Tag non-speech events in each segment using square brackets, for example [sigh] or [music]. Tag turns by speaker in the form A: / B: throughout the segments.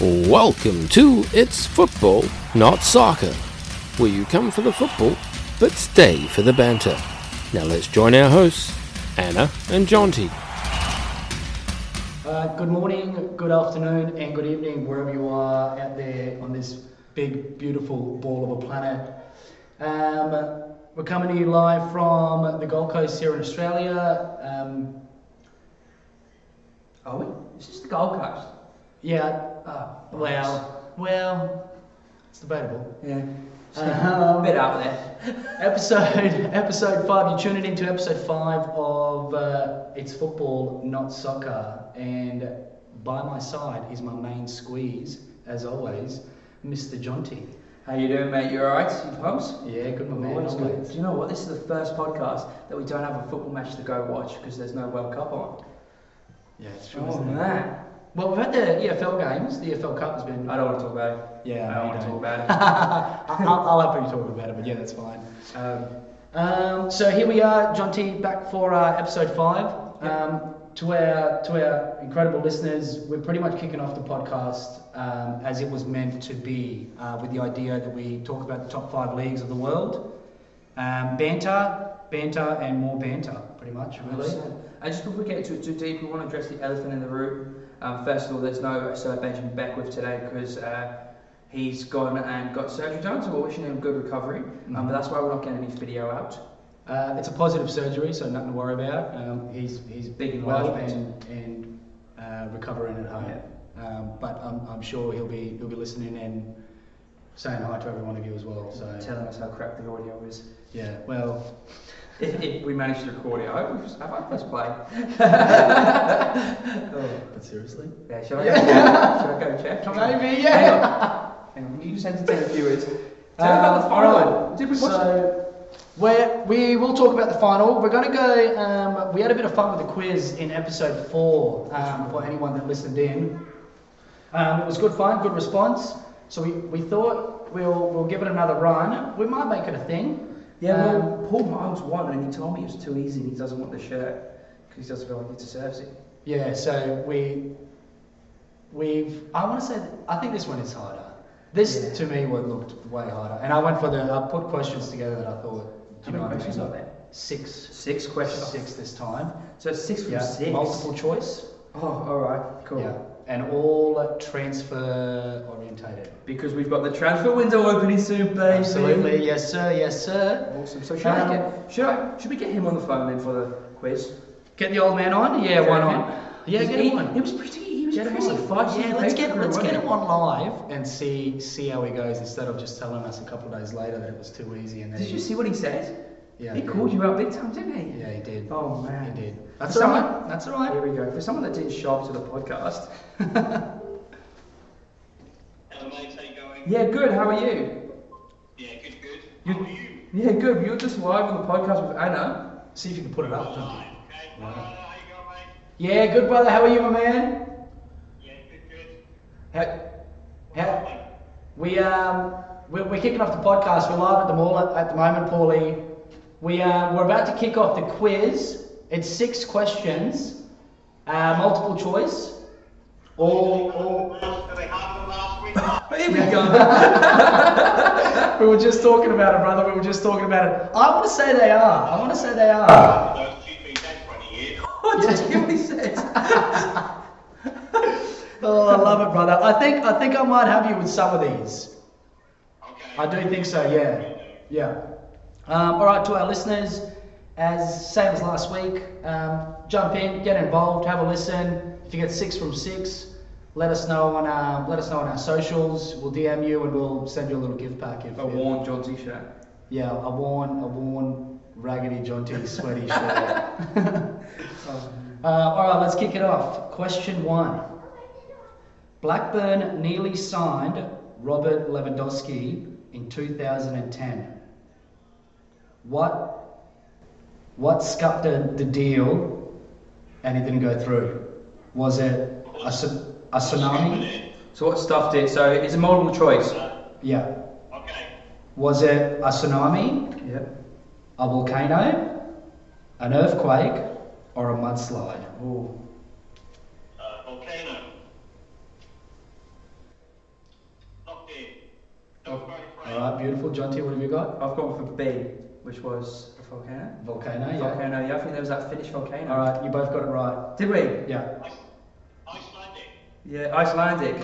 A: Welcome to It's Football, Not Soccer, where you come for the football but stay for the banter. Now let's join our hosts, Anna and Jonty.
B: Uh, good morning, good afternoon, and good evening, wherever you are out there on this big, beautiful ball of a planet. Um, we're coming to you live from the Gold Coast here in Australia. Um, are we?
C: It's just the Gold Coast.
B: Yeah. Uh, well, well, it's debatable. [laughs]
C: Yeah.
B: Um,
C: [laughs] a bit out there.
B: episode episode five. You tuned it into episode five of uh, it's football, not soccer. And by my side is my main squeeze, as always, Mr. Jonty.
C: How you doing, mate? You alright? You pumps?
B: Yeah, good my man.
C: Always
B: I'm
C: good. Do you know what? This is the first podcast that we don't have a football match to go watch because there's no World Cup on.
B: Yeah, it's true.
C: Oh
B: isn't it?
C: man.
B: Well, we've had the EFL games. The EFL Cup has been.
C: I don't want to talk about it.
B: Yeah,
C: I don't
B: you
C: want to
B: don't.
C: talk about it.
B: [laughs] I- I'll, I'll have you talk about it, but yeah, that's fine.
C: Um,
B: Um, so here we are, John T, back for uh, episode five.
C: Yep.
B: Um, to our to our incredible listeners, we're pretty much kicking off the podcast um, as it was meant to be, uh, with the idea that we talk about the top five leagues of the world, um, banter, banter, and more banter, pretty much, [laughs] really.
C: And just before we get too, too deep, we want to address the elephant in the room. Um, first of all, there's no Sir Benjamin Beckwith today because uh, he's gone and got surgery done, so we're wishing him good recovery.
B: Mm-hmm.
C: Um, but that's why we're not getting any video out.
B: Uh, it's a positive surgery, so nothing to worry about. Um, he's he's
C: Big
B: big
C: and
B: well
C: large.
B: and, and uh, recovering at home. Um, but I'm, I'm sure he'll be he'll be listening and saying hi to every one of you as well. So
C: Telling us how crap the audio is.
B: yeah, well,
C: If, if we manage to record it, I hope we just have our
B: [laughs]
C: first play.
B: but seriously,
C: Yeah, shall I go? shall I go check?
B: maybe
C: Hang on. Hang on. You just entertain the viewers. Tell them about the
B: Um,
C: final.
B: alright,
C: Did we watch it?
B: so we're, we will talk about the final. We're going to go. Um, we had a bit of fun with the quiz in episode four um, for anyone that listened in. Um, it was good fun, good response. So we, we thought we'll we'll give it another run. We might make it a thing.
C: Yeah,
B: Um,
C: well, Paul Miles won, and he told me it was too easy, and he doesn't want the shirt because he doesn't feel like he deserves it.
B: yeah. So we we've I want to say that, I think this one is harder. This
C: Yeah.
B: to me one looked way harder, and I went for the I put questions together that I thought.
C: How many
B: what I mean?
C: questions are there?
B: Six.
C: Six questions.
B: six this time.
C: So it's six from
B: Yeah,
C: six.
B: multiple choice.
C: Oh, all right, cool.
B: Yeah, and all transfer orientated.
C: Because we've got the transfer window opening soon, baby.
B: Absolutely, yes sir, yes sir.
C: Awesome. So should
B: Um,
C: I get? Should I? Should we get him on the phone then for the quiz?
B: Get the old man on. Yeah,
C: Do you
B: why
C: reckon?
B: not? Yeah,
C: Because
B: get
C: he,
B: him on.
C: He was pretty. He was
B: Get him
C: pretty
B: on.
C: fudgy.
B: Yeah, let's get let's get
C: wasn't
B: him
C: he?
B: on live and see see how he goes instead of just telling us a couple of days later that it was too easy and then.
C: Did
B: he-
C: you see what he said?
B: Yeah.
C: he
B: he did.
C: called you out big time, didn't he?
B: Yeah, he did.
C: Oh man.
B: He did. That's
C: For
B: all
C: someone-
B: right. That's all right.
C: Here we go. For someone that didn't show up to the podcast. [laughs]
D: Hello mate, how you going?
C: Yeah, good. How are you?
D: Yeah, good, good.
C: You-
D: How are you?
C: Yeah, good. You were just live on the podcast with Anna.
B: See if you can put it up. John.
D: Alright, okay. Hello, how you going mate?
B: Yeah, good brother. How are you, my man?
D: Yeah, good, good.
B: How, how,
D: Mate,
B: We um, we're, we're kicking off the podcast. We're live at the mall at, at the moment, Paulie. We um, we're about to kick off the quiz. It's six questions, uh, multiple choice. All, all.
D: Did they have last week? Last
C: [laughs] Here we go.
B: We were just talking about it, brother. We were just talking about it. I want to say they are. I want to say they are.
D: those two been dead 20 years.
C: [laughs] what
B: [laughs]
C: did you hear what he said?
B: Oh, I love it, brother. I think I think I might have you with some of these.
D: Okay.
B: I do think so, yeah. Yeah. Um, all right, to our listeners, as same as last week, um, jump in, get involved, have a listen. If you get six from six, let us know on our, let us know on our socials. We'll DM you and we'll send you a little gift pack. If
C: A worn John T-shirt.
B: Yeah, a worn, a worn, raggedy, jaunty, sweaty shirt.
C: Um,
B: Uh, all right, let's kick it off. Question one. Blackburn nearly signed Robert Lewandowski in 2010. What what scupped the, the deal and it didn't go through? Was it a, tsu- a tsunami?
C: so what stuff did? So it's a multiple choice.
B: Yeah.
D: Okay.
B: Was it a tsunami,
C: Yeah.
B: a volcano, an earthquake, or a mudslide?
C: Oh.
D: Uh, volcano.
B: beautiful. John T, what have you got?
C: I've gone for B, which was a volcano.
B: Volcano, Oh, yeah.
C: Volcano, yeah, I think there was that Finnish volcano.
B: All right, you both got it right.
C: Did we?
B: Yeah.
D: Icelandic.
C: Yeah, Icelandic.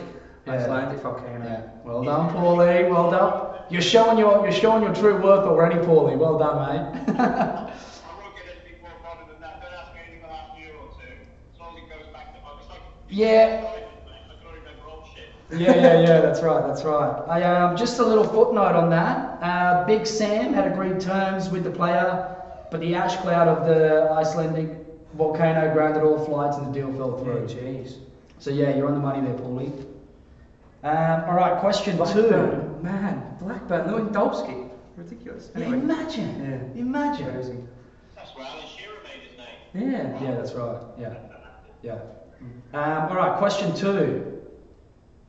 B: Yeah.
C: Icelandic volcano.
B: yeah. Well done, Paulie. Well done. You're showing your you're showing your true worth already, Paulie. Well done, mate. [laughs]
D: I won't get anything more modern than that. Don't ask me anything the last year or two. As long as it goes back to it's like
B: yeah.
D: I can only remember old shit.
B: yeah, yeah, yeah, that's right, that's right. I, um, just a little footnote on that. Uh, Big Sam had agreed terms with the player, but the ash cloud of the Icelandic volcano grounded all flights and the deal fell
C: Oh,
B: through.
C: jeez.
B: so, yeah, you're on the money there, Paulie. Um, all right, question two.
C: Blackburn, man, Blackburn, Lewin Dolski. Ridiculous. Anyway.
B: Imagine,
C: Yeah.
B: imagine.
D: That's where Alan Shearer made his name.
C: Yeah.
B: Yeah, that's right, yeah, yeah. Um, all right, question two.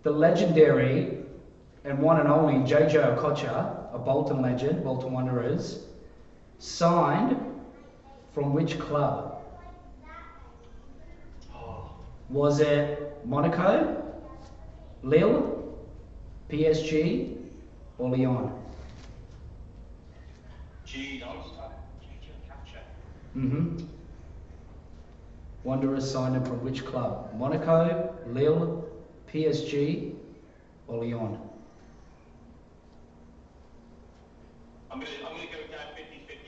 B: The legendary and one and only JJ Okocha, a Bolton legend, Bolton Wanderers, signed from which club? Was it Monaco, Lille, PSG, or Lyon?
D: Gee, I was like, capture.
B: Mm-hmm. Wanderers signed him from which club? Monaco, Lille, PSG, or Lyon?
D: I'm gonna, I'm gonna go down 50-50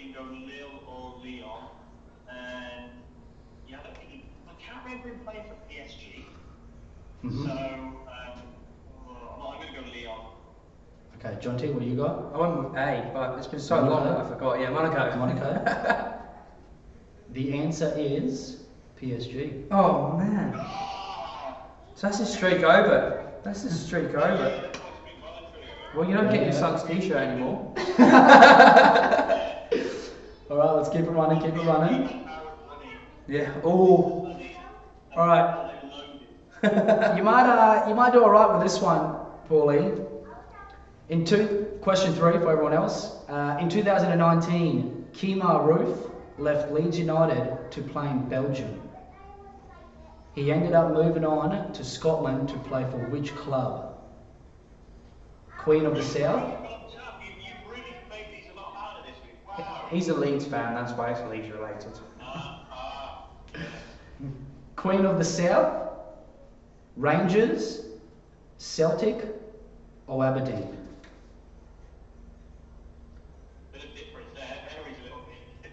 D: and go Lille or Leon. And yeah, I don't think he, I can't remember him playing for PSG.
B: Mm-hmm.
D: So um, oh, I'm gonna go Leon.
B: Okay, John T, what do you got?
C: I went with A, but it's been so long
B: Monaco?
C: that I forgot. Yeah, Monaco.
B: Monaco. the answer is PSG.
C: Oh man. So that's his streak over. That's his streak
D: Yeah,
C: over.
D: that's what's been well and truly.
C: Well, you don't get your son's t-shirt anymore.
B: [laughs]
C: [laughs]
B: All right, let's keep it running, keep it running.
C: Yeah. [laughs] Oh.
B: All right, you might uh, you might do all right with this one, Pauline. In two question three for everyone else. Uh, in 2019, Kemar Roof left Leeds United to play in Belgium. He ended up moving on to Scotland to play for which club? Queen of the South.
C: He's a Leeds fan. That's why it's Leeds related.
D: Uh,
B: Queen of the South. Rangers. Celtic. Or Aberdeen.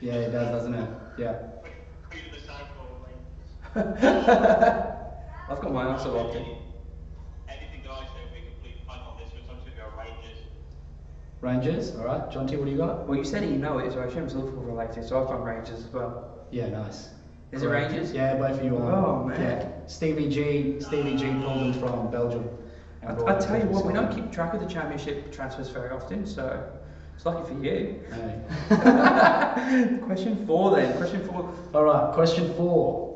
B: Yeah, it does, doesn't it? Yeah.
C: I've got my answer locked in.
D: Anything that I say will be complete punk on this, but I'm just going to go Rangers.
B: Rangers. All right, John T, what do you got?
C: Well, you said you know it, so I assume it's Liverpool related. So I've done Rangers as well.
B: Yeah, nice.
C: Is it
B: Correct.
C: Rangers?
B: Yeah, both of you are.
C: Oh, man.
B: Yeah. Stevie G, Stevie G pulled them from Belgium. and
C: I,
B: brought
C: I
B: them
C: tell you
B: to
C: what, we don't
B: Scotland.
C: keep track of the championship transfers very often, so it's lucky for [laughs] you.
B: No.
C: Question four then. Question four.
B: All right, question four.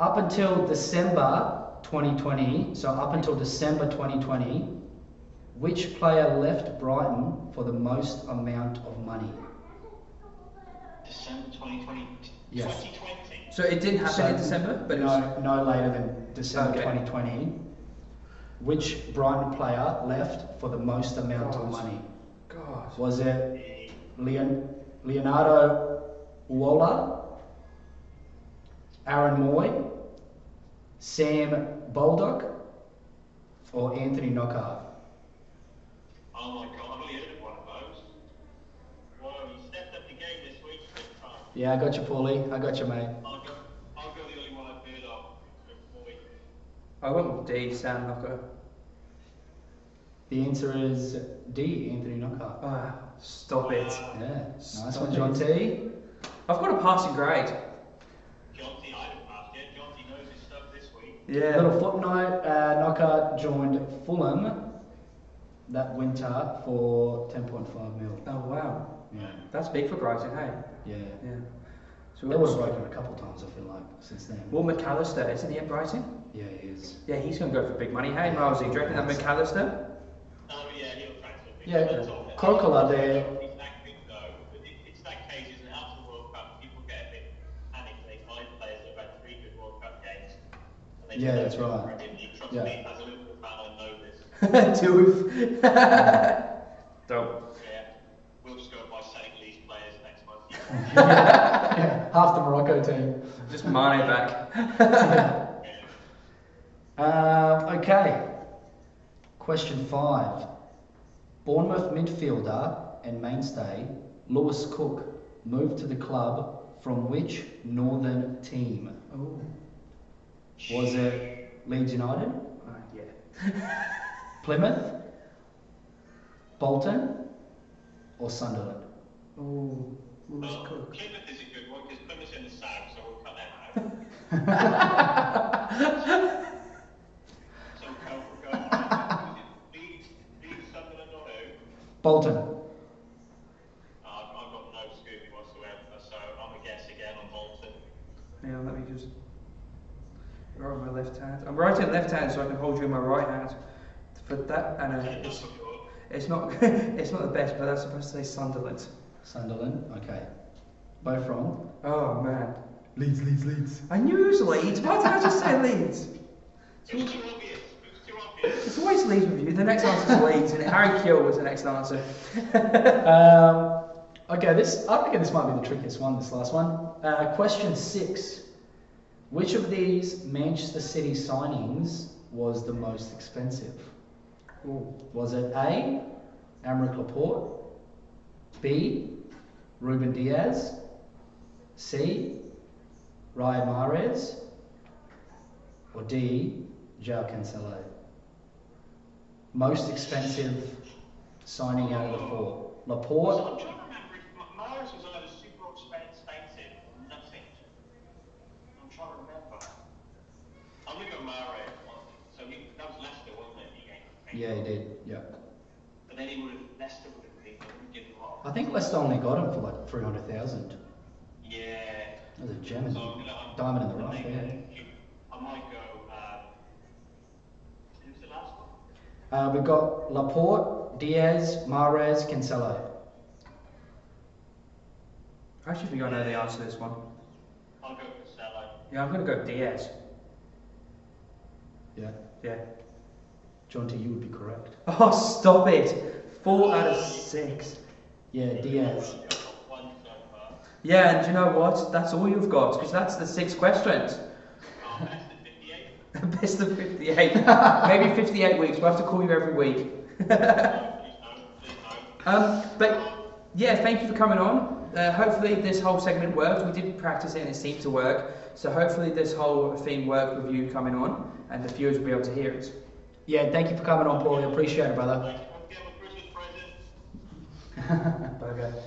B: Up until December 2020, so up until December 2020, which player left Brighton for the most amount of money?
D: December 2020.
B: Yes.
D: 2020.
C: So it did happen in December, but it was,
B: no, no later than December
C: Okay.
B: 2020. Which Brighton player left for the most amount
C: God.
B: of money?
C: God.
B: Was it Leon, Leonardo Uola, Aaron Moy, Sam Baldock, or Anthony Knockhart?
D: Oh my god, I've only heard of one of those. Whoa, you stepped up the game this week big time.
B: Yeah, I got you, Paulie. I got you, mate.
D: I'll go, I'll go the only one I've heard of. Boy.
C: I went with D, Sam Knocker.
B: The answer is D, Anthony Knockhart.
C: Ah, stop it.
B: Yeah, nice
C: Stop
B: one, John T.
C: I've got a passing grade.
D: Jonty, I haven't passed yet. Jonty knows his stuff this week.
C: Yeah.
B: Little footnote, uh, Knockhart joined Fulham that winter for 10.5 mil.
C: Oh wow.
B: Yeah,
C: That's big for Brighton, hey.
B: yeah.
C: Yeah. So
B: That was broken a couple times, I feel like, since then.
C: Well, McAllister, isn't he at Brighton?
B: Yeah, he is.
C: Yeah, he's gonna go for big money. Hey, Miles, do you reckon that McAllister? [laughs]
D: Oh yeah, he'll transfer me.
B: Yeah, Crocola there.
D: It's that big though, but it, it's that case, isn't it? After the World Cup, people get a bit panicked. They find players that have had three good World Cup games. And they
B: Yeah,
D: don't
B: that's
D: go for
B: right.
D: it. Trust
B: Yeah.
C: [laughs]
D: me, as a Liverpool fan, I know this.
C: Doof. Dope.
D: [laughs] Yeah. We'll just go and buy St. Lee's players next month.
B: Yeah, [laughs] half the Morocco team.
C: Just Mane back.
D: yeah.
B: Um, okay. Question five. Bournemouth midfielder and mainstay Lewis Cook moved to the club from which northern team?
C: Oh,
B: [laughs] Was it Leeds United,
C: uh, yeah.
B: Plymouth, Bolton, or Sunderland?
C: Oh, Lewis
D: Well,
C: Cook.
D: Plymouth is a good one because Plymouth's in the south, so we'll cut them out. so go, go on. Leeds, Leeds, Sunderland or who?
B: Bolton.
D: Uh, I've I've got no scoop whatsoever, so I'm a guess again on Bolton.
C: Now let me just. Where are my left hands? I'm writing left hand so I can hold you in my right hand. For that, and uh,
D: That's
C: it's,
D: what you're-
C: it's not [laughs] it's not the best, but that's supposed to say Sunderland.
B: Sunderland. Okay. Both wrong.
C: Oh man,
B: Leeds, Leeds, Leeds.
C: I knew it was Leeds. Why did I just say Leeds?
D: It was too obvious. It was too obvious.
C: It's always Leeds with you. The next answer is Leeds, and Harry Keel was the next answer. [laughs]
B: Um, okay, this I reckon this might be the trickiest one. This last one. Uh, question six: Which of these Manchester City signings was the most expensive?
C: Ooh.
B: Was it A. Amric Laporte, B. Ruben Diaz, C. Ryan Mahrez, or D. Joao Cancelo? Most expensive signing out of the four. Laporte.
D: So I'm trying to remember if Ma- Mahrez was either super expensive or nothing. I'm trying to remember. I'm going to go Mahrez. So he, that was Leicester, wasn't it? He gave-
B: Yeah, he did. Yeah.
D: But then he would have, Leicester would have been, would have given him off.
B: I think Leicester only got him for like 300,000.
D: Yeah.
B: That was a gem. in
D: So
B: the-
D: I'm going to.
B: Diamond in the rough, yeah.
D: I might go. Um, who's the last one?
B: Uh, we've got Laporte, Diaz, Mares, Cancelo.
C: I actually think I know the answer to this one.
D: I'll go Cancelo.
C: Yeah, I'm gonna go Diaz.
B: Yeah.
C: Yeah.
B: John T, you would be correct.
C: Oh, stop it! Four out of six.
B: Yeah, Diaz.
D: I've got one so far.
C: Yeah, and do you know what? That's all you've got, because that's the six questions. [laughs]
D: Oh, best of 58.
C: Best of 58. Maybe 58 weeks. We'll have to call you every week. [laughs]
D: No, please don't. Please don't.
C: Um, but yeah, thank you for coming on. Uh, hopefully, this whole segment worked. We did practice it and it seemed to work. So, hopefully, this whole thing worked with you coming on and the viewers will be able to hear it. [laughs]
B: Yeah, thank you for coming on, Paul. I appreciate it, brother. [laughs]
D: Like, I'll give a Christmas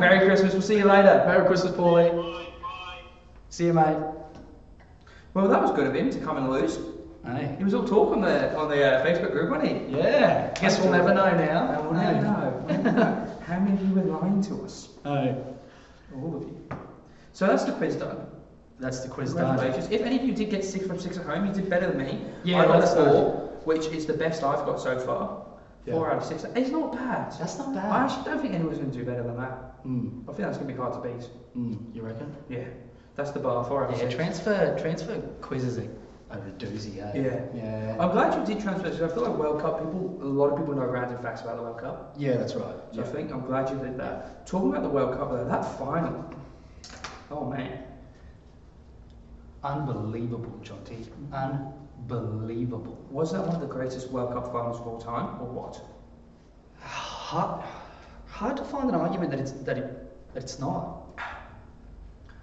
B: [laughs]
C: Merry Christmas. We'll see you later.
B: Merry Christmas, Paulie.
D: Bye, bye.
B: See you, mate.
C: Well, that was good of him to come and lose. He
B: Hey.
C: was all talk on the, on the uh, Facebook group, wasn't he?
B: Yeah. Guess we'll never know now.
C: I
B: [laughs]
C: don't know. How many of you were lying to us?
B: Oh,
C: All of you. So that's the quiz done.
B: that's the quiz done.
C: Congratulations. If any of you did get six from six at home, you did better than me.
B: Yeah,
C: I got
B: that's
C: four,
B: good.
C: which is the best I've got so far. Four
B: Yeah.
C: out of six. It's not bad.
B: That's not bad.
C: I actually don't think anyone's going to do better than that.
B: Mm,
C: I think that's going to be hard to beat.
B: mm, you reckon?
C: Yeah, that's the bar. Four out of
B: Yeah,
C: six.
B: transfer transfer quizzes are, are a doozy, hey?
C: Yeah.
B: Yeah. Oh.
C: I'm glad you did transfer. because I feel like World Cup people, a lot of people know random facts about the World Cup.
B: Yeah, that's right.
C: So I think I'm glad you did that. Talking about the World Cup though, that final. Oh man.
B: Unbelievable, Jonty. Unbelievable.
C: Was that one of the greatest World Cup finals of all time, or what?
B: Hard, hard to find an argument that it's that it, that it's not.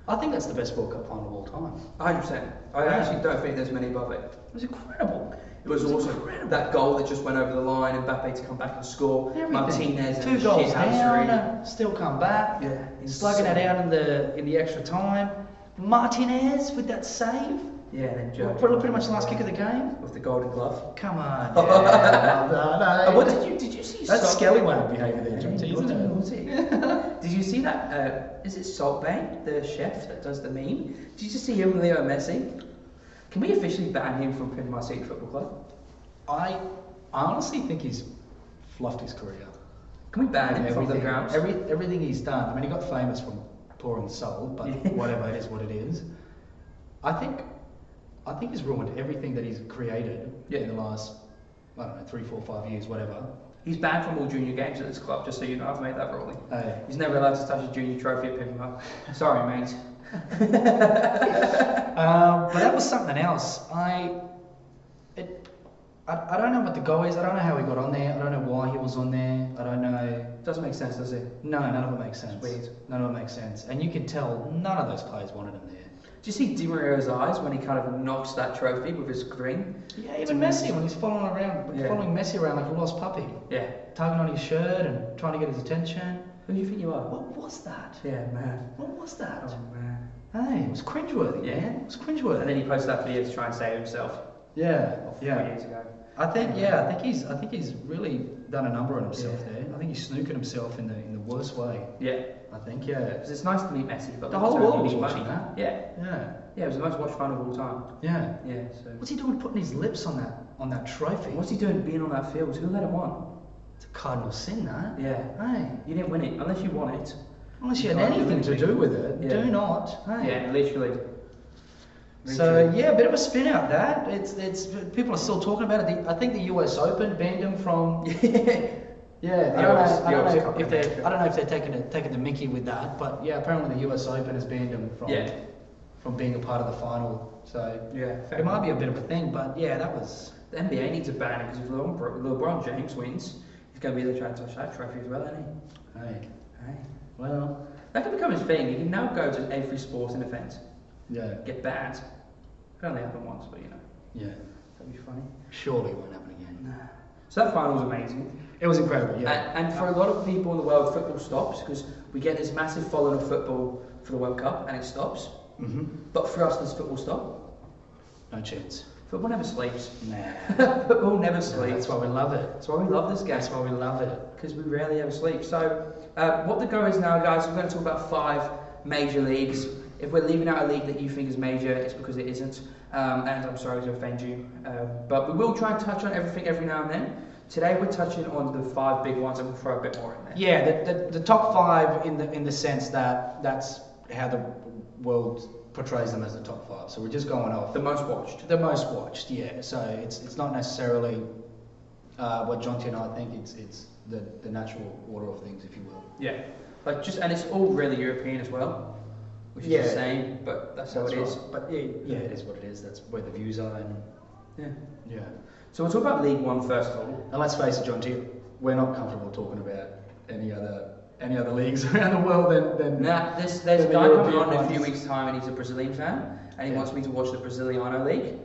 B: I think that's the best World Cup final of all time.
C: 100%. I actually don't think there's many above it.
B: It was incredible.
C: It was also that goal that just went over the line and Mbappe to come back and score.
B: Everything.
C: Martinez and
B: two
C: shit
B: goals
C: hat trick.
B: down, still come back.
C: Yeah,
B: slugging it out in the in the extra time. Martinez with that save,
C: Yeah, and then Joe.
B: pretty, pretty much the last kick of the game.
C: with the golden glove.
B: Come on. yeah, [laughs] brother.
C: And what did you did you see?
B: That's
C: Salt-
B: Skelly way of behaving there,
C: Yeah,
B: Jonty, isn't
C: wasn't it?
B: it?
C: Was it? [laughs] did you see that? Uh, is it Salt Bay, the chef that does the meme? Did you see him, Leo Messi? Can we officially ban him from Pinmar City Football Club?
B: I honestly think he's fluffed his career.
C: Can we ban him from the
B: Everything,
C: grounds?
B: every, everything he's done. I mean, he got famous from pouring soul, but
C: Yeah.
B: whatever it is, what it is. I think, I think he's ruined everything that he's created
C: Yeah.
B: in the last, I don't know, three, four, five years, whatever.
C: He's banned from all junior games at this club, just so you know, I've made that ruling.
B: Hey.
C: He's never allowed to touch a junior trophy at Pimlico. [laughs] Sorry, mate.
B: Um, but that was something else. I, it, I, I don't know what the goal is. I don't know how he got on there. I don't know why he was on there. I don't know.
C: Doesn't make sense, does it?
B: No, none of it makes sense.
C: Weird.
B: None of it makes sense. And you can tell none of those players wanted him there.
C: Do you see Di Maria's eyes when he kind of knocks that trophy with his grin?
B: Yeah, even Messi when he's following around,
C: Yeah.
B: following Messi around like a lost puppy,
C: Yeah.
B: tugging on his shirt and trying to get his attention.
C: Who do you think you are?
B: What was that?
C: Yeah, man.
B: What was that?
C: Oh, man.
B: Hey, it was cringeworthy,
C: Yeah.
B: man. It was
C: And
B: cringeworthy.
C: then he posted that video to try and save himself.
B: Yeah,
C: Well, four
B: yeah.
C: years ago.
B: I think yeah, I think he's I think he's really done a number on himself
C: Yeah.
B: there. I think he's snookered himself in the in the worst way.
C: Yeah.
B: I think yeah,
C: Because it's nice to meet Messi, but
B: The whole
C: also
B: world
C: you
B: was
C: need
B: watching
C: money.
B: that.
C: Yeah.
B: yeah,
C: Yeah, it was the most watched final of all time.
B: yeah.
C: Yeah, so.
B: What's he doing putting his lips on that on that trophy?
C: What's he doing being on that field? Who let him on?
B: It's a cardinal sin, that.
C: Yeah.
B: Hey,
C: You didn't win it, unless you won it.
B: unless you
C: You
B: had
C: can't do
B: anything to
C: anything.
B: do with it,
C: Yeah.
B: do not. Hey.
C: Yeah, literally.
B: So yeah, a bit of a spin out that. It's it's people are still talking about it. The, I think the U.S. Open banned him from.
C: [laughs] yeah.
B: Yeah, I
C: The
B: don't
C: Oaks-
B: know, I
C: the
B: don't
C: Oaks
B: know
C: Cup
B: if
C: in
B: they
C: America.
B: I don't know if they're taking a, taking the Mickey with that, but yeah, apparently the U.S. Open has banned him from
C: Yeah.
B: from being a part of the final. So
C: Yeah, fair
B: it might be a bit of a thing, but yeah, that was
C: The NBA needs a ban because if LeBron, LeBron James wins, he's going to be there trying to touch that trophy as well, isn't he?
B: hey,
C: Hey.
B: well,
C: That could become his thing. He can now go to every sport and event,
B: yeah,
C: get banned. It only happened once, but you know,
B: yeah,
C: that'd be funny.
B: surely it won't happen again.
C: So that final was amazing.
B: It was incredible. Yeah,
C: And, and for a lot of people in the world, football stops because we get this massive following of football for the World Cup and it stops.
B: hmm
C: But for us, does football stop?
B: no chance.
C: Football never sleeps.
B: Nah,
C: [laughs] football never
B: No,
C: sleeps.
B: that's why we love it.
C: That's why we love this game
B: That's why we love it.
C: because we rarely ever sleep. So, uh, what the go is now, guys, we're going to talk about five major leagues. If we're leaving out a league that you think is major, it's because it isn't. Um, and I'm sorry to offend you. Uh, but we will try and touch on everything every now and then. Today, we're touching on the five big ones and we'll throw a bit more in there.
B: Yeah, the, the, the top five in the in the sense that that's how the world portrays them as the top five. So we're just going off
C: The most watched.
B: the most watched. Yeah, so it's it's not necessarily uh, what John and I think. It's it's the the natural order of things, if you will.
C: Yeah, like just and it's all really European as well, which is
B: Yeah.
C: the same. But that's how it is.
B: But yeah, yeah, it is what it is. That's where the views are, and
C: Yeah.
B: yeah.
C: So we'll talk about League One first of all.
B: And let's face it, John T, we're not comfortable talking about any other any other leagues [laughs] around the world than than
C: Now, there's there's a
B: The
C: guy coming
B: European
C: on in a few
B: ones.
C: weeks' time, and he's a Brazilian fan, and he
B: Yeah.
C: wants me to watch the Brasiliano League,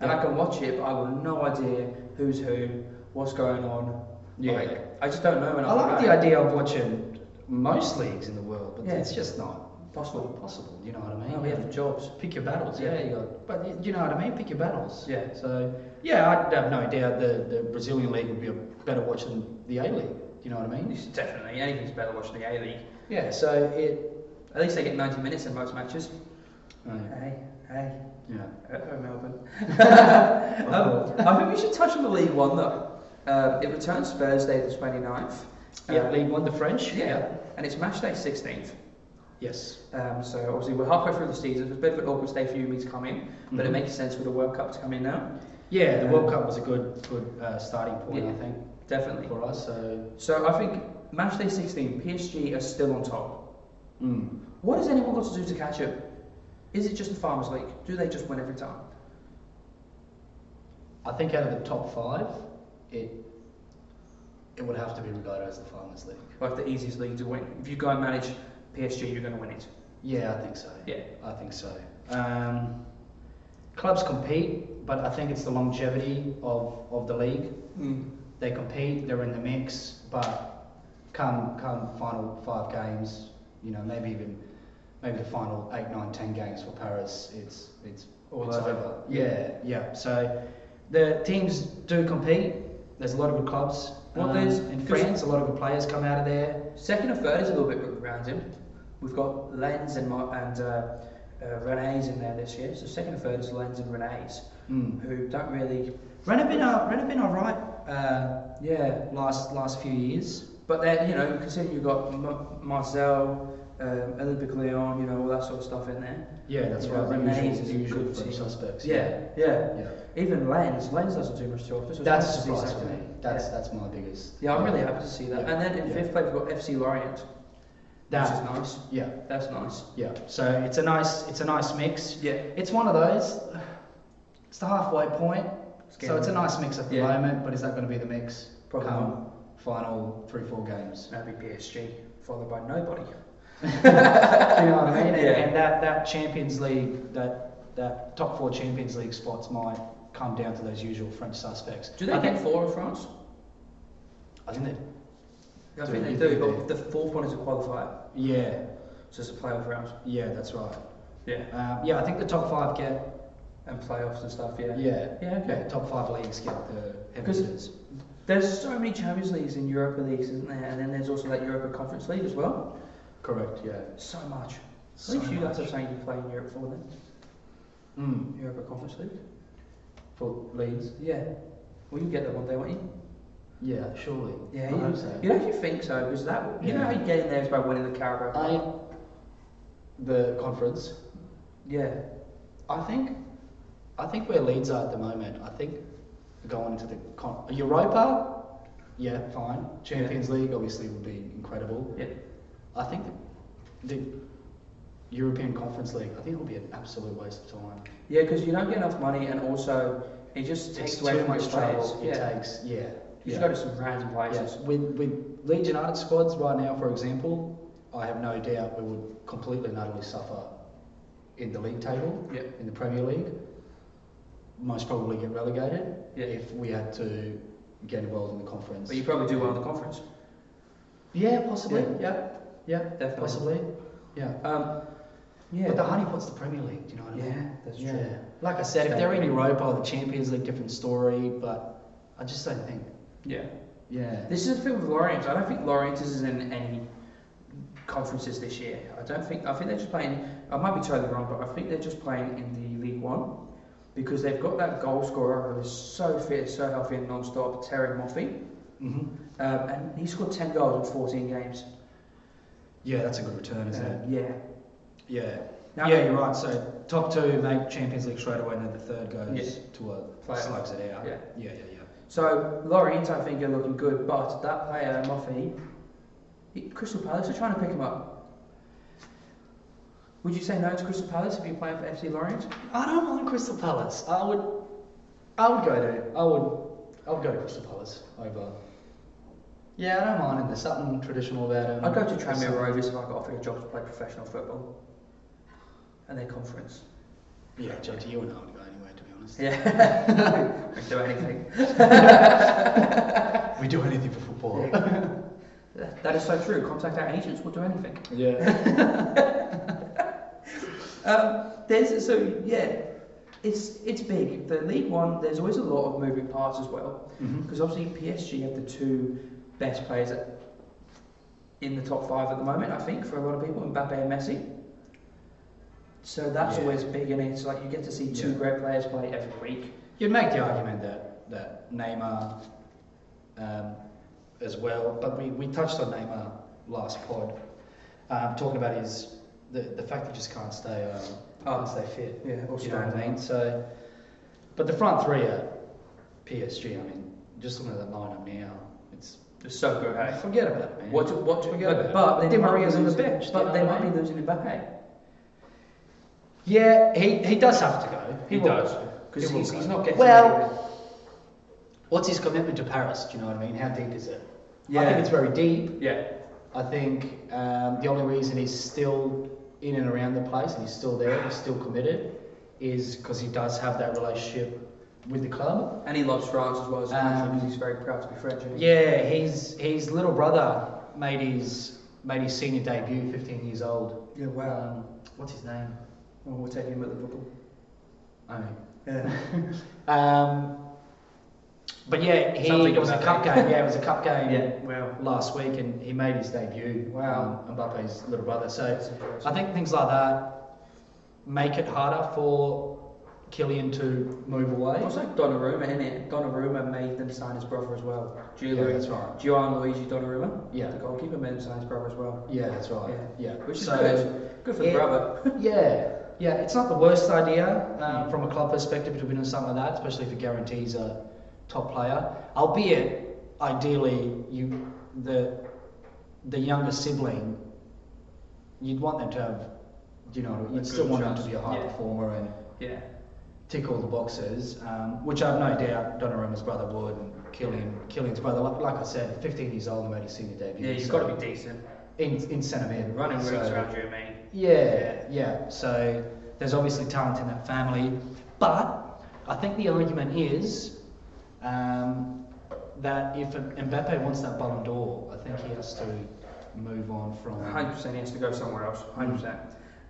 C: and I
B: Yeah.
C: can watch it, but I have no idea who's who, what's going on.
B: Yeah.
C: Like, I just don't know enough.
B: I like
C: about
B: the
C: it.
B: idea of watching most leagues in the world, but
C: Yeah.
B: it's just not
C: Possible.
B: Possible, you know what I mean?
C: Oh, we have jobs.
B: pick your battles.
C: Yeah.
B: Yeah, you got. But y- you know what I mean? Pick your battles.
C: Yeah.
B: So yeah, I have no doubt the, the Brazilian league would be a better watch than the A league. You know what I mean?
C: It's Definitely, anything's better watching the A League.
B: Yeah. So it.
C: At least they get 90 minutes in most matches.
B: uh,
C: Hey, hey.
B: yeah.
C: Uh-oh, Melbourne. [laughs] um, I think we should touch on the League One though. Um, it returns Thursday the 29th. Uh,
B: Yeah. League One, the French.
C: Yeah, and it's match day 16th.
B: Yes.
C: Um, so obviously we're halfway through the season. It's a bit of an awkward day for you and me to come in, but it
B: Mhm.
C: makes sense with the World Cup to come in now.
B: Yeah. The
C: Um,
B: World Cup was a good good uh, starting point,
C: Yeah.
B: I think,
C: Definitely.
B: for us. So.
C: So I think match day 16, PSG are still on top.
B: Mm.
C: What has anyone got to do to catch them? Is it just the Farmers League? Do they just win every time?
B: I think out of the top five, it it would have to be regarded as the Farmers League.
C: Like the easiest league to win. If you go and manage PSG, you're going to win it.
B: Yeah, I think so.
C: Yeah.
B: I think so. Um, clubs compete, but I think it's the longevity of, of the league. They compete, they're in the mix, but come come final five games, you know, maybe even maybe the final eight, nine, ten games for Paris, it's it's
C: All
B: it's
C: over.
B: over. Yeah, yeah. So the teams do compete. There's a lot of good clubs.
C: Well,
B: um,
C: there's-
B: in
C: there's-
B: France, a lot of good players come out of there.
C: Second and third is a little bit random. We've got Lens and Mar- and uh, uh, Rene's in there this year. So second and third is Lens and Rene's,
B: Mm.
C: who don't really.
B: Ren have been, uh, Ren have been all right uh,
C: Yeah.
B: last last few years.
C: But then you know, considering you've got M- Marcel, um, Olympic Leon, you know, all that sort of stuff in there.
B: Yeah, that's
C: You know,
B: right. The
C: Renee's
B: usual,
C: is
B: the
C: a
B: usual
C: good
B: for
C: team.
B: suspects.
C: Yeah, yeah,
B: Yeah.
C: Even Lens, Lens doesn't do much too often. So it's
B: That's
C: nice
B: a
C: to see
B: surprise for me.
C: something.
B: That's
C: yeah.
B: that's my biggest.
C: yeah, I'm really happy to see that.
B: Yeah.
C: And then in
B: Yeah.
C: fifth place we've got FC Lorient,
B: That-
C: which is nice.
B: Yeah,
C: That's nice.
B: yeah. So it's a nice it's a nice mix.
C: Yeah.
B: It's one of those. It's the halfway point. So
C: getting-
B: it's a nice mix at the
C: Yeah.
B: moment, but is that going to be the mix?
C: Probably
B: come Final three four games.
C: That'd be PSG, [laughs] followed by nobody.
B: [laughs] you know what I mean? And,
C: Yeah.
B: and that that Champions League that that top four Champions League spots might come down to those usual French suspects.
C: Do they
B: I
C: get
B: think-
C: four in France?
B: I think they.
C: I
B: Do
C: think they
B: they?
C: do, but the fourth one is a qualifier,
B: Yeah,
C: so it's a playoff round.
B: yeah, that's right.
C: Yeah.
B: Um, yeah, I think the top five get
C: And playoffs and stuff, yeah.
B: Yeah.
C: Yeah, okay.
B: Yeah, top five leagues get the
C: Because-
B: heavens.
C: There's so many Champions Leagues and Europa Leagues, isn't there? And then there's also that Europa Conference League as well.
B: Correct, yeah.
C: So much.
B: So
C: At least you guys
B: much.
C: are saying you play in Europe for then. Hmm,
B: Mm.
C: Europa Conference League?
B: For Leeds?
C: Yeah. Well, you get that one day, won't you?
B: Yeah, surely.
C: Yeah,
B: I
C: you,
B: hope so.
C: you'd actually think so, because that, you know
B: Yeah.
C: how you get in there is by winning the Carabao Cup?
B: I, the conference,
C: Yeah.
B: I think, I think where Leeds are at the moment, I think going to the con- Europa, yeah, fine. Champions League obviously would be incredible.
C: Yeah.
B: I think the, the European Conference League, I think it would be an absolute waste of time.
C: Yeah, because you don't get enough money, and also it just takes away from your players.
B: trouble. It
C: Yeah.
B: takes, yeah.
C: You
B: yeah.
C: should go to some random places.
B: Yes, with, with Leeds United squads right now, for example, I have no doubt we would completely and utterly suffer in the league table,
C: Yeah.
B: in the Premier League. Most probably get relegated
C: Yeah.
B: if we had to get involved in the conference.
C: But you probably do well in the conference.
B: yeah, possibly.
C: Yeah.
B: Yeah, yeah,
C: Definitely.
B: possibly. Yeah.
C: Um, yeah.
B: But the honeypot's the Premier League, do you know what I mean?
C: Yeah, that's true.
B: Like I said, if they're in Europa or the Champions League, different story, but I just don't think.
C: yeah.
B: Yeah.
C: This is the thing with Lorient. I don't think Lorient is in any conferences this year. I don't think. I think they're just playing. I might be totally wrong, but I think they're just playing in the League One because they've got that goal scorer who is so fit, so healthy, and non-stop, Terry Moffey,
B: hmm
C: um, and he scored ten goals in fourteen games.
B: Yeah, that's a good return, isn't it?
C: Uh, yeah.
B: Yeah.
C: Now-
B: yeah, you're right. So top two make Champions League straight away, and then the third goes
C: Yeah.
B: to a
C: Playoff.
B: slugs it out.
C: Yeah.
B: yeah, yeah, yeah.
C: So Lorient, I think, are looking good, but that player Moffey, he- Crystal Palace are trying to pick him up. Would you say no to Crystal Palace if you're playing for FC Lorient?
B: I don't mind Crystal Palace. I would, I would go to, I would, I would go to Crystal Palace over. Yeah, I don't mind. And there's something traditional about it.
C: I'd go to Tranmere Rovers if I got offered a job to play professional football. And their conference. [laughs]
B: Yeah, Jake, you and I would go anywhere, to be honest.
C: Yeah. I'd do anything.
B: We do anything for football.
C: That that is so true. Contact our agents, we'll do anything.
B: Yeah.
C: Um, there's so yeah, it's it's big. The League One, there's always a lot of moving parts as well,
B: Mhm.
C: because obviously PSG have the two best players at, in the top five at the moment. I think for a lot of people, Mbappe and Messi. So that's
B: Yeah.
C: always big, and it's like you get to see two
B: Yeah.
C: great players play every week.
B: [laughs] You'd make the argument that that Neymar, um, as well, but we, we touched on Neymar last pod, um, talking about his the, the fact he just can't stay um,
C: Oh.
B: can't stay fit.
C: Yeah, or
B: you know what I
C: stand.
B: mean. So, but the front three at PSG, I mean, just looking at that lineup now, it's
C: It's so good, hey.
B: forget about it, man.
C: What what?
B: Forget
C: But,
B: about
C: but
B: it.
C: they
B: Di
C: might be
B: Maria's on the
C: losing-
B: bench.
C: But
B: you
C: they
B: know what I
C: might
B: mean?
C: be losing Mbappe.
B: Yeah, he, he does have to go.
C: He
B: will
C: does,
B: go.
C: because
B: He will
C: he's,
B: go.
C: he's not getting
B: well. What's his commitment to Paris? Do you know what I mean? How deep is it? I
C: Yeah.
B: think it's very deep.
C: yeah.
B: I think um, the only reason he's still in and around the place and he's still there, he's still committed, is because he does have that relationship with the club.
C: And he loves France as well as a country
B: Um,
C: because he's very proud to be French. Isn't he?
B: Yeah, his his little brother made his made his senior debut, 15 years old.
C: Yeah, wow.
B: Um, what's his name?
C: Well, we'll take him at the football.
B: I mean,
C: Yeah.
B: [laughs] Um, but yeah, he
C: Something
B: it was a
C: about
B: cup
C: that.
B: game. Yeah, it was a
C: [laughs]
B: cup game.
C: Yeah, wow. Mm.
B: Last week, and he made his debut.
C: Wow.
B: um, Mbappe's little brother. So
C: That's impressive.
B: I think things like that make it harder for Killian to move away.
C: Also, Donnarumma, isn't it? Donnarumma made them sign his brother as well.
B: Yeah,
C: Giulio,
B: that's right.
C: Gianluigi Donnarumma,
B: Yeah.
C: the goalkeeper, made him sign his brother as well.
B: Yeah, that's right. Yeah.
C: Which is
B: So-
C: good. Good for
B: Yeah.
C: the brother.
B: [laughs]
C: Hmm.
B: Yeah, yeah, it's not the worst idea um, from a club perspective to win something like that, especially if it guarantees a top player. Albeit, ideally, you the the younger sibling, you'd want them to have, you know,
C: A
B: you'd still
C: good
B: want them
C: chance,
B: to be a high
C: yeah.
B: performer and
C: yeah.
B: tick all the boxes, um, which I've no doubt Donnarumma's brother would, and Killian, Killian's brother, like, like I said, 15 years old and made his senior debut.
C: Yeah, you've
B: so-
C: got to be decent.
B: in in centre mid,
C: Running rings
B: so-
C: around you, mate.
B: yeah, yeah. So there's obviously talent in that family, but I think the argument is um, that if Mbappe wants that Ballon d'Or, I think he has to move on from.
C: 100% he has to go somewhere else. 100%.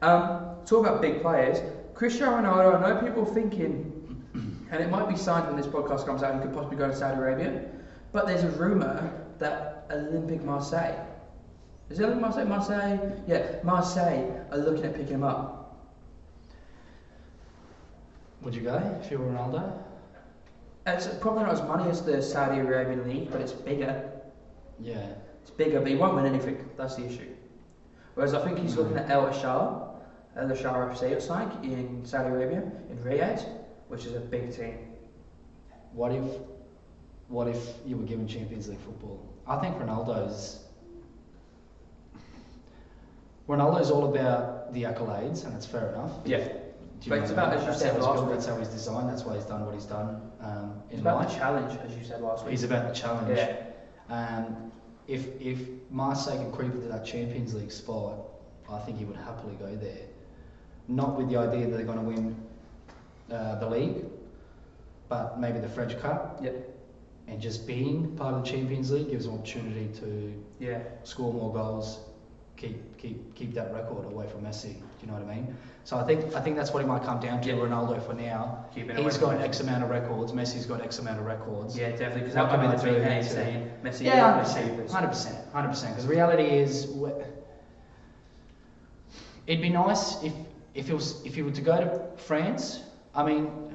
C: Um, talk about big players. Cristiano Ronaldo, I know people thinking, [clears throat] and it might be signed when this podcast comes out, he could possibly go to Saudi Arabia, but there's a rumour that Olympic Marseille, is it Olympic Marseille? Marseille? Yeah, Marseille are looking at picking him up.
B: Would you go if you were Ronaldo?
C: It's probably not as money as the Saudi Arabian league, but it's bigger.
B: Yeah.
C: It's bigger, but he won't win anything. That's the issue. Whereas I think he's looking at El Ashar, El Ashar FC or something in Saudi Arabia, in Riyadh, which is a big team.
B: What if, what if you were given Champions League football? I think Ronaldo's. Ronaldo's all about the accolades, and it's fair enough.
C: Yeah.
B: Do
C: But it's about, as you
B: that's
C: said
B: how he's
C: last
B: built,
C: week.
B: That's how he's designed. That's why he's done what he's done um,
C: It's
B: in
C: about the
B: life.
C: challenge, as you said last week.
B: He's about the challenge.
C: Yeah.
B: Um, if if Marseille can creep into that Champions League spot, I think he would happily go there. Not with the idea that they're going to win uh, the league, but maybe the French Cup.
C: Yep.
B: And just being part of the Champions League gives them opportunity to
C: Yeah.
B: score more goals, keep keep keep that record away from Messi. Do you know what I mean? So I think I think that's what it might come down to.
C: Yeah.
B: Ronaldo for now,
C: Keeping
B: he's
C: away
B: got
C: from
B: X amount of records. Messi's got X amount of records.
C: Yeah, definitely. Because
B: What
C: that might
B: can
C: be
B: I
C: the
B: do
C: big name
B: to-
C: saying Messi.
B: Yeah, hundred
C: Messi
B: percent,
C: this.
B: hundred percent, hundred percent. Because reality is, wh- it'd be nice if if it was if you were to go to France. I mean,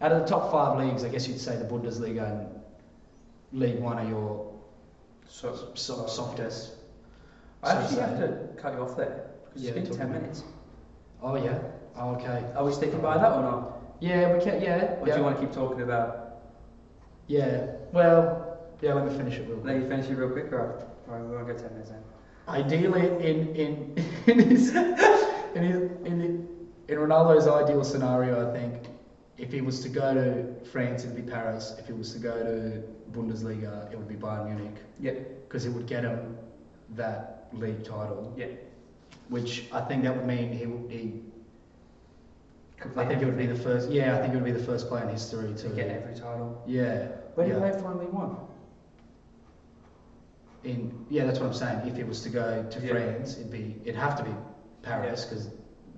B: out of the top five leagues, I guess you'd say the Bundesliga and League One are your
C: So,
B: so- softest.
C: I actually
B: so-
C: have to cut you off there because
B: Yeah,
C: it's been
B: talk
C: ten
B: about-
C: minutes.
B: Oh yeah. Oh, okay.
C: Are we sticking by that or not?
B: Yeah, we can. Yeah.
C: Or
B: yeah.
C: do you want to keep talking about?
B: Yeah. Well. Yeah. Let me finish it real
C: Let
B: quick.
C: you finish it real quick, or or we won't go ten minutes then.
B: Ideally, in in [laughs] in his in his, in, the, in Ronaldo's ideal scenario, I think if he was to go to France, it'd be Paris. If he was to go to Bundesliga, it would be Bayern Munich
C: Yep.
B: because it would get him that league title,
C: Yeah.
B: which I think that would mean he would he. I
C: Completely.
B: think it would be the first. Yeah, I think it would be the first player in history to,
C: to get every title.
B: Yeah.
C: Where did
B: yeah.
C: they finally won?
B: in yeah, that's what I'm saying. If it was to go to
C: Yeah.
B: France, it'd be it'd have to be Paris because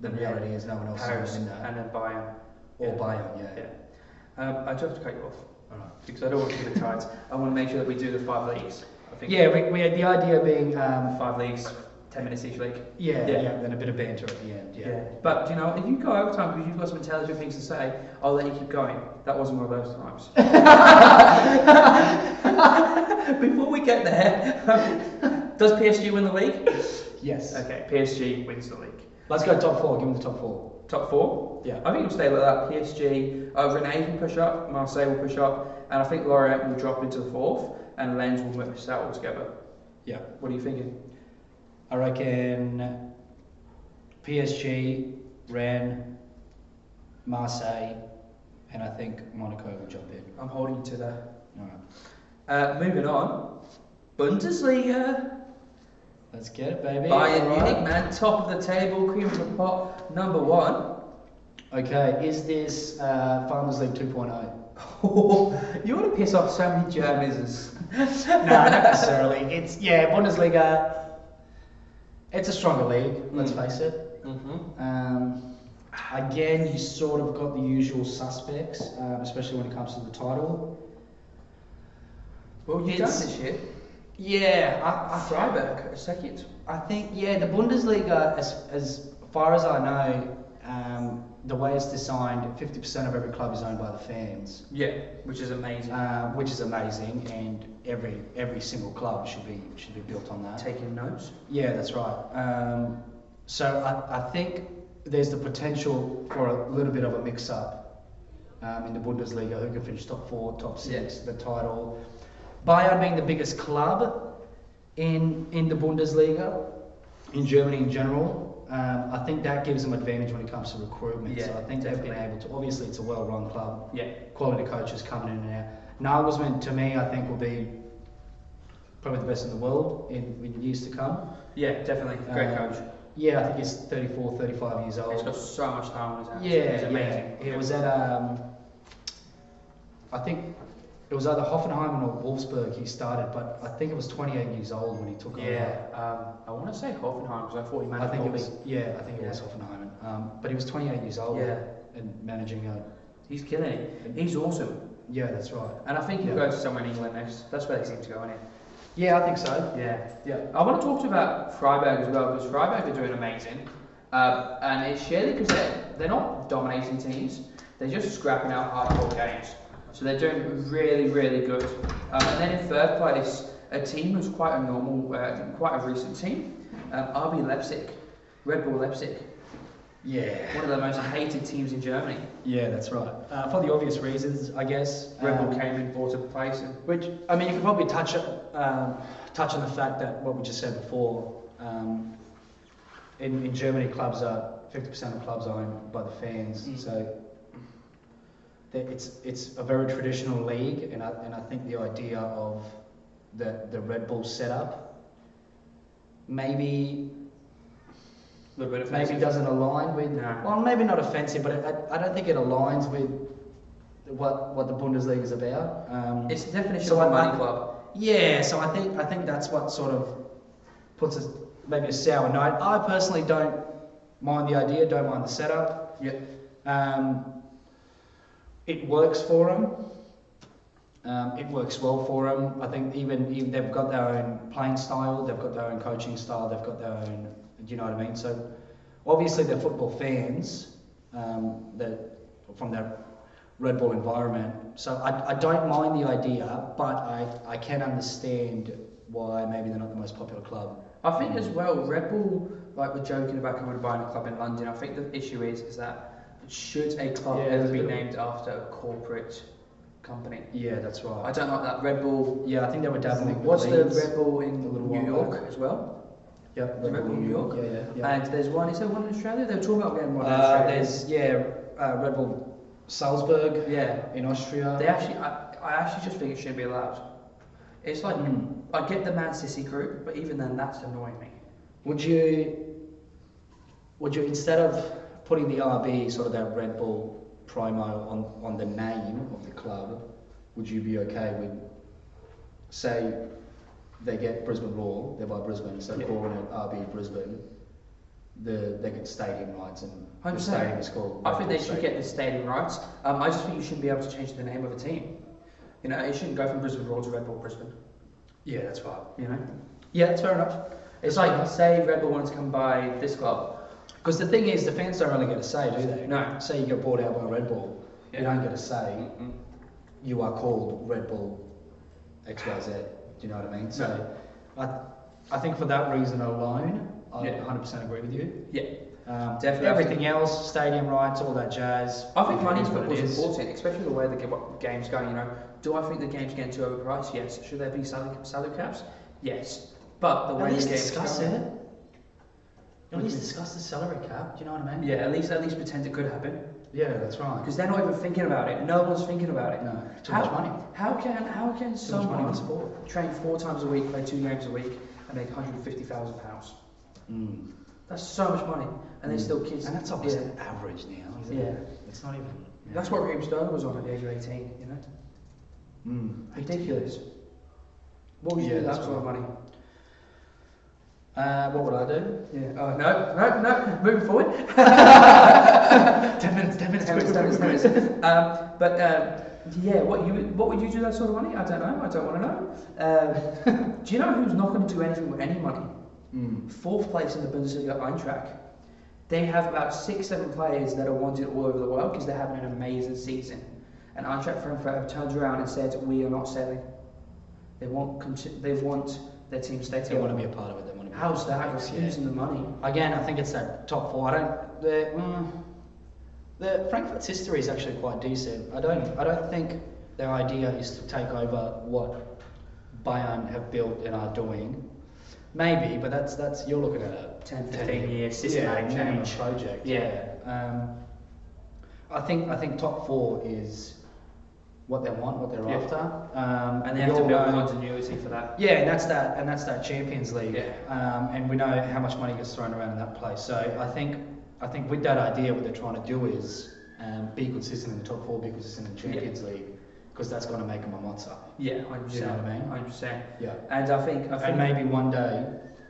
B: the reality is no one else
C: Paris
B: is in
C: and
B: that
C: then Bayern.
B: or
C: yeah.
B: Bayern. Yeah.
C: Yeah. Um, I do have to cut you off
B: All right.
C: because I don't want to give the tides. I want to make sure that we do the five leagues. I think
B: Yeah, we, we had the idea being um,
C: five leagues, ten minutes each league.
B: yeah,
C: Yeah.
B: yeah, then a bit of banter at the end. Yeah.
C: But you know, if you go over time because you've got some intelligent things to say, I'll let you keep going. That wasn't one of those times. Before we get there, [laughs] um, does PSG win the league?
B: Yes.
C: Okay, PSG wins the league.
B: Let's go top four. Give them the top four.
C: Top four?
B: Yeah.
C: I think it'll stay like that. PSG, uh, Rennes can push up, Marseille will push up, and I think Lorient will drop into the fourth, and Lens will move us out altogether.
B: Yeah.
C: What are you thinking?
B: I reckon PSG, Rennes, Marseille, and I think Monaco will jump in.
C: I'm holding you to that.
B: All right.
C: Uh, moving on, Bundesliga.
B: Let's get it, baby.
C: Bayern
B: All right.
C: Munich, man, top of the table, cream to the pot, number one. [laughs]
B: Okay, is this uh, Farmers League oh? 2.0?
C: you want to piss off so many Germans.
B: no, not necessarily. It's yeah, Bundesliga. It's a stronger league. Let's
C: Mm.
B: face it.
C: Mm-hmm.
B: Um, again, you sort of got the usual suspects, um, especially when it comes to the title.
C: Well, you done
B: It's-
C: this year.
B: Yeah, I, I
C: Freiburg, a second.
B: I think yeah, the Bundesliga, as as far as I know, um, the way it's designed, 50% of every club is owned by the fans,
C: Yeah, which is amazing.
B: uh, which is amazing, and every every single club should be should be built on that.
C: Taking notes.
B: Yeah, that's right. Um, so I, I think there's the potential for a little bit of a mix up um, in the Bundesliga who can finish top four, top six, the title. Bayern being the biggest club in, in the Bundesliga, in Germany in general, um, I think that gives them advantage when it comes to recruitment. so
C: Yeah,
B: I think they've been
C: definitely.
B: able to, obviously, it's a well run club
C: Yeah.
B: quality coaches coming in and out. Nagelsmann, to me, I think will be probably the best in the world in, in years to come.
C: Yeah, definitely. Great
B: Uh,
C: coach.
B: Yeah, I think he's 34, 35 years old.
C: He's got so much time on his hands.
B: yeah,
C: He's amazing.
B: yeah. It was at, um, I think it was either Hoffenheim or Wolfsburg he started, but I think it was 28 years old when he took
C: Yeah, um, I want to say Hoffenheim because I thought he
B: over. I
C: managed
B: think it
C: Bobby.
B: was, yeah, I think it was Hoffenheim. Um, but he was 28 years old
C: Yeah.
B: and managing a,
C: He's killing it. He's awesome.
B: yeah, that's right.
C: And I think he'll
B: Yeah.
C: go to somewhere in England next. That's where they seem to go, innit?
B: Yeah, I think so.
C: Yeah, yeah. I want to talk to you about Freiburg as well because Freiburg are doing amazing, um, and it's shared because they're, they're not dominating teams. They're just scrapping out hardcore games, so they're doing really, really good. Um, and then in third place, a team who's quite a normal, uh, quite a recent team, um, RB Leipzig, Red Bull Leipzig,
B: Yeah.
C: one of the most hated teams in Germany.
B: Yeah, that's right. Uh, for the obvious reasons, I guess.
C: Red Bull
B: Um,
C: came in, bought a place, and
B: Which I mean, you could probably touch um, touch on the fact that what we just said before. Um, in, in Germany, clubs are 50% of clubs are owned by the fans,
C: Mm.
B: so that it's it's a very traditional league, and I, and I think the idea of the the Red Bull setup maybe
C: a little bit of
B: maybe doesn't align with
C: No.
B: well maybe not offensive but I, I don't think it aligns with what what the Bundesliga is about um,
C: It's the definition
B: So
C: of a
B: I-
C: money club.
B: yeah so I think I think that's what sort of puts us maybe a sour note I personally don't mind the idea don't mind the setup
C: Yeah.
B: um, it works for them um, it works well for them I think even, even they've got their own playing style they've got their own coaching style they've got their own do you know what I mean so obviously they're football fans um, that from their Red Bull environment. So I, I don't mind the idea, but I, I can understand why maybe they're not the most popular club.
C: I think as well, Red Bull, like we're joking about coming and buying a club in London. I think the issue is is that should a club
B: Yeah,
C: ever
B: there's a
C: be
B: bit of-
C: named after a corporate company?
B: Yeah, that's
C: I
B: right.
C: don't like that. Red Bull.
B: Yeah, I think they were dabbling. with
C: What's the
B: Leeds.
C: Red Bull in
B: a little
C: New
B: while
C: York
B: back.
C: as well?
B: Yep,
C: Red Bull New York.
B: Yeah, yeah. yeah.
C: And there's one. Is there one in Australia? They were talking about getting one in
B: uh,
C: Australia.
B: there's yeah, uh, Red Bull Salzburg
C: yeah.
B: in Austria.
C: They actually, I, I actually just think it should be allowed. It's like
B: Mm.
C: I get the Man City group, but even then, that's annoying me.
B: Would you, would you instead of putting the RB sort of that Red Bull primo on, on the name of the club, would you be okay with, say, they get Brisbane Raw, they're by Brisbane, so
C: Yeah.
B: calling it RB Brisbane, the they get stadium rights and the
C: 100%.
B: stadium is called.
C: I
B: Red Bull
C: think they should
B: Stadium.
C: get the stadium rights. Um, I just think you shouldn't be able to change the name of a team. You know, it shouldn't go from Brisbane Roar to Red Bull Brisbane.
B: Yeah, that's right.
C: You know,
B: Yeah, that's fair enough.
C: it's like say Red Bull wanted to come by this club.
B: Because the thing is, the fans don't really get a say, do they?
C: No.
B: Say you get bought out by Red Bull, you
C: Yeah.
B: don't get a say. you are called Red Bull XYZ. Do you know what I mean? So I, I think for that reason alone, I
C: Yeah.
B: 100% agree with you.
C: Yeah,
B: Um,
C: Definitely.
B: Everything else, stadium rights, all that jazz.
C: I think money
B: is
C: is
B: what it is.
C: important, especially the way the ga- game's going. You know, do I think the game's getting too overpriced? Yes. Should there be salary, salary caps? Yes. But the way
B: At least
C: the game's
B: discuss
C: going, Mm-hmm.
B: it. At least discuss the salary cap. Do you know what I mean?
C: Yeah, at least at least pretend it could happen
B: Yeah, that's right.
C: because they're not even thinking about it. No one's thinking about it.
B: No, too
C: how,
B: much money.
C: How can how can
B: Too much money
C: someone
B: on sport.
C: train four times a week, play two games a week, and make 150,000 pounds.
B: Mm.
C: That's so much money, and there's
B: Mm.
C: still kids.
B: And that's
C: yeah.
B: almost an average now, isn't it?
C: Yeah.
B: It's not even. yeah.
C: That's what Raheem Sterling was on at the age of 18. You know,
B: Mm.
C: ridiculous. What would you
B: Yeah,
C: do with that
B: that's
C: sort of
B: right.
C: money?
B: Uh, what would I do?
C: Yeah. Oh no, no, no. Moving forward.
B: [laughs] 10 minutes, 10 minutes,
C: Ten minutes, ten minutes, ten minutes. um, but um, yeah, what you what would you do with that sort of money? I don't know. I don't want to know. Um, [laughs] do you know who's not going to do anything with any money?
B: Mm.
C: Fourth place in the Bundesliga, Eintracht. They have about six, seven players that are wanted all over the world because they're having an amazing season. And Eintracht Frankfurt have turned around and said, "We are not selling. They want conti- they want their team to stay
B: They
C: together.
B: want to be a part of it. They want to be.
C: How's
B: a part
C: that?
B: of
C: It's
B: it, yeah.
C: losing the money.
B: Again, I think it's that top four. I don't. The, mm, the Frankfurt's history is actually quite decent. I don't. I don't think their idea is to take over what Bayern have built and are doing. Maybe, but that's that's you're looking at a 10,
C: 10, 15 year systematic
B: yeah, minimum
C: change.
B: project.
C: Yeah.
B: Um, I think I think top four is what they want, what they're
C: Yeah.
B: after, um,
C: And they have to
B: your
C: build
B: own-
C: continuity for that.
B: yeah, and that's that, and that's that Champions League.
C: Yeah.
B: Um, and we know how much money gets thrown around in that place. So I think, I think with that idea, what they're trying to do is um, be consistent in the top four, be consistent in the Champions League, because that's going to make them a monster.
C: Yeah, hundred
B: You know what I mean?
C: percent. Hundred percent.
B: Yeah.
C: And I think I think
B: And maybe one day,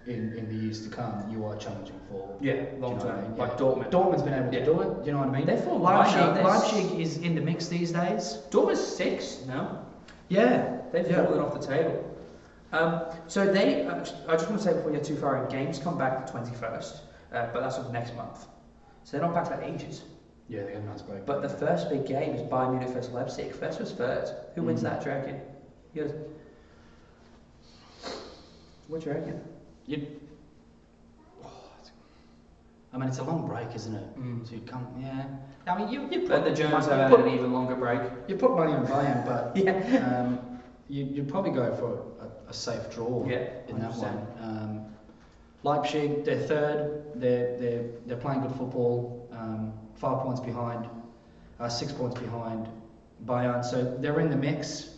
B: in, in the years to come, you are challenging for.
C: yeah,
B: do you
C: long
B: know what I
C: term,
B: mean?
C: like
B: Yeah.
C: Dortmund.
B: Dortmund's been able to
C: Yeah.
B: do it. You know what I mean?
C: Therefore, Leipzig-
B: Leipzig,
C: Leipzig-
B: Leipzig is in the mix these days.
C: Dortmund's six now.
B: Yeah.
C: They've
B: yeah.
C: fallen off the table. Um, so they, I just want to say before you get too far in, games come back the 21st, uh, but that's of next month. So they're not back for ages.
B: Yeah, they had a nice break.
C: But the first big game is Bayern Munich versus Leipzig. First was third. Who wins
B: Mm.
C: that, do you reckon? He goes, what do you reckon?
B: You. Oh, it's- I mean, it's a long break, isn't it?
C: Mm.
B: So you come, yeah. I mean, you, you put
C: But the Germans
B: you
C: have had
B: put,
C: an even longer break.
B: you put money on Bayern, but
C: [laughs] Yeah.
B: um, you you probably go for a, a safe draw
C: Yeah,
B: in that
C: 100%.
B: one. Um, Leipzig, they're third. They're they're they're playing good football. Um, five points behind, uh, six points behind Bayern, so they're in the mix.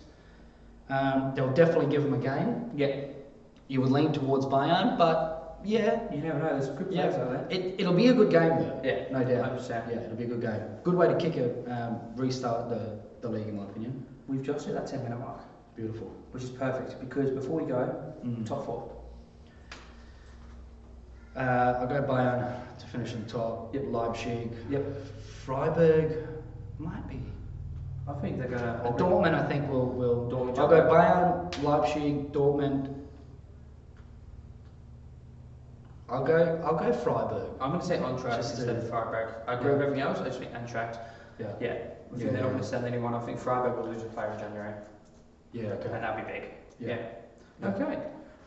B: Um, they'll definitely give them a game.
C: Yeah,
B: You would lean towards Bayern, but yeah,
C: you never know. There's good players out there.
B: it, it'll be a good game though.
C: Yeah,
B: no doubt.
C: 100%.
B: Yeah, it'll be a good game. Good way to kick a um, restart the, the league, in my opinion.
C: We've just hit that 10 minute mark,
B: Beautiful.
C: which is perfect because before we go,
B: Mm.
C: top four.
B: Uh, I'll go Bayern to finish in the top.
C: Yep.
B: Leipzig.
C: Yep.
B: Freiburg might be.
C: I think they're going to.
B: Uh, Dortmund, I think, will will.
C: Dortmund,
B: I'll go
C: Dortmund.
B: Bayern, Leipzig, Dortmund. I'll go. I'll go Freiburg.
C: I'm going to say Antract
B: Just
C: instead
B: to-
C: of Freiburg. I agree
B: Yeah.
C: with everything else. I just think Antract.
B: Yeah.
C: Yeah. I think
B: Yeah,
C: they're not
B: yeah.
C: going to send anyone. I think Freiburg will lose a player in January,
B: Yeah.
C: and
B: Okay.
C: that'd be big.
B: Yeah. Yeah.
C: Okay.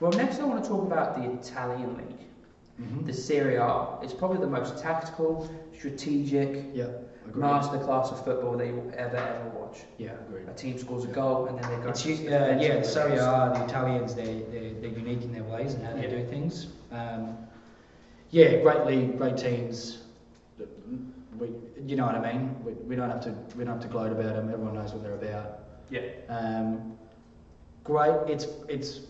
C: Well, next I want to talk about the Italian league,
B: Mhm.
C: the Serie A. It's probably the most tactical, strategic
B: Yeah. Agreed.
C: masterclass of football that you will ever ever watch.
B: Yeah. Agreed.
C: A team scores a goal and then they go.
B: It's,
C: to
B: u-
C: the
B: uh,
C: next
B: yeah,
C: level.
B: so yeah, the Italians, they, they, they're unique in their ways and how they
C: Yeah.
B: do things. Um, yeah, great league, great teams. We, you know what I mean? We, we, don't have to, we don't have to gloat about them, everyone knows what they're about.
C: Yeah.
B: Um, great, it's, it's,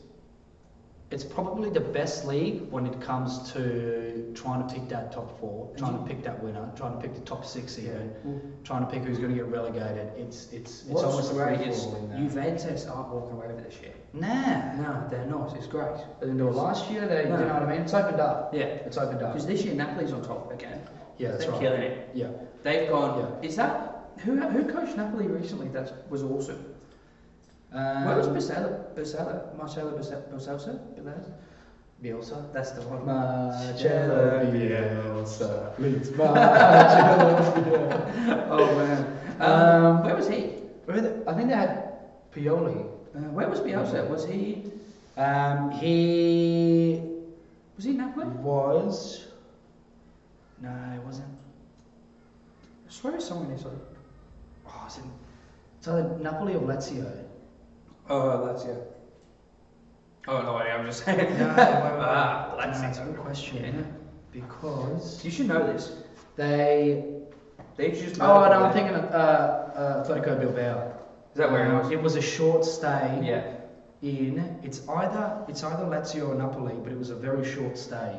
B: it's probably the best league when it comes to trying to pick that top four,
C: And
B: trying
C: you-
B: to pick that winner, trying to pick the top six
C: Yeah.
B: even,
C: Well,
B: trying to pick who's going to get relegated. It's, it's, it's
C: What's
B: almost
C: great
B: free-for-all
C: is
B: in that.
C: Juventus aren't walking away with it this year.
B: Nah.
C: No, they're not. It's great.
B: They didn't do it last year. They,
C: No.
B: you know what I mean? It's opened up.
C: Yeah.
B: It's opened up.
C: Because this year Napoli's on top again.
B: Yeah, that's
C: They're
B: right.
C: killing it.
B: Yeah.
C: They've gone. Is that who? Who coached Napoli recently? That was awesome.
B: Um,
C: Where was Bosella? Bosella? Marcello Bose- Boselsa? Bielsa?
B: Bielsa?
C: That's the one.
B: Marcello Bielsa. uh, [laughs] Leeds uh, Marcello
C: [laughs]
B: [laughs]
C: oh man. Um,
B: Um,
C: where was he?
B: Bielsa. I think they had Pioli.
C: Uh, where was Bielsa? Was he? uh,
B: Um, he
C: Was he Napoli?
B: Mm. was. No, it wasn't.
C: I swear it's someone in Italy.
B: Oh, it's, in, it's either Napoli or Lazio.
C: Oh, that's yeah. Oh [laughs] no, idea, I'm just saying.
B: No,
C: ah, that's
B: that's a
C: it.
B: good question.
C: Yeah.
B: Because
C: You should know this.
B: they
C: They just.
B: Oh no, I'm thinking of uh, uh, Atletico Bilbao.
C: Is that where it
B: Um,
C: was?
B: It was a short stay
C: Yeah.
B: in. It's either it's either Lazio or Napoli, but it was a very short stay.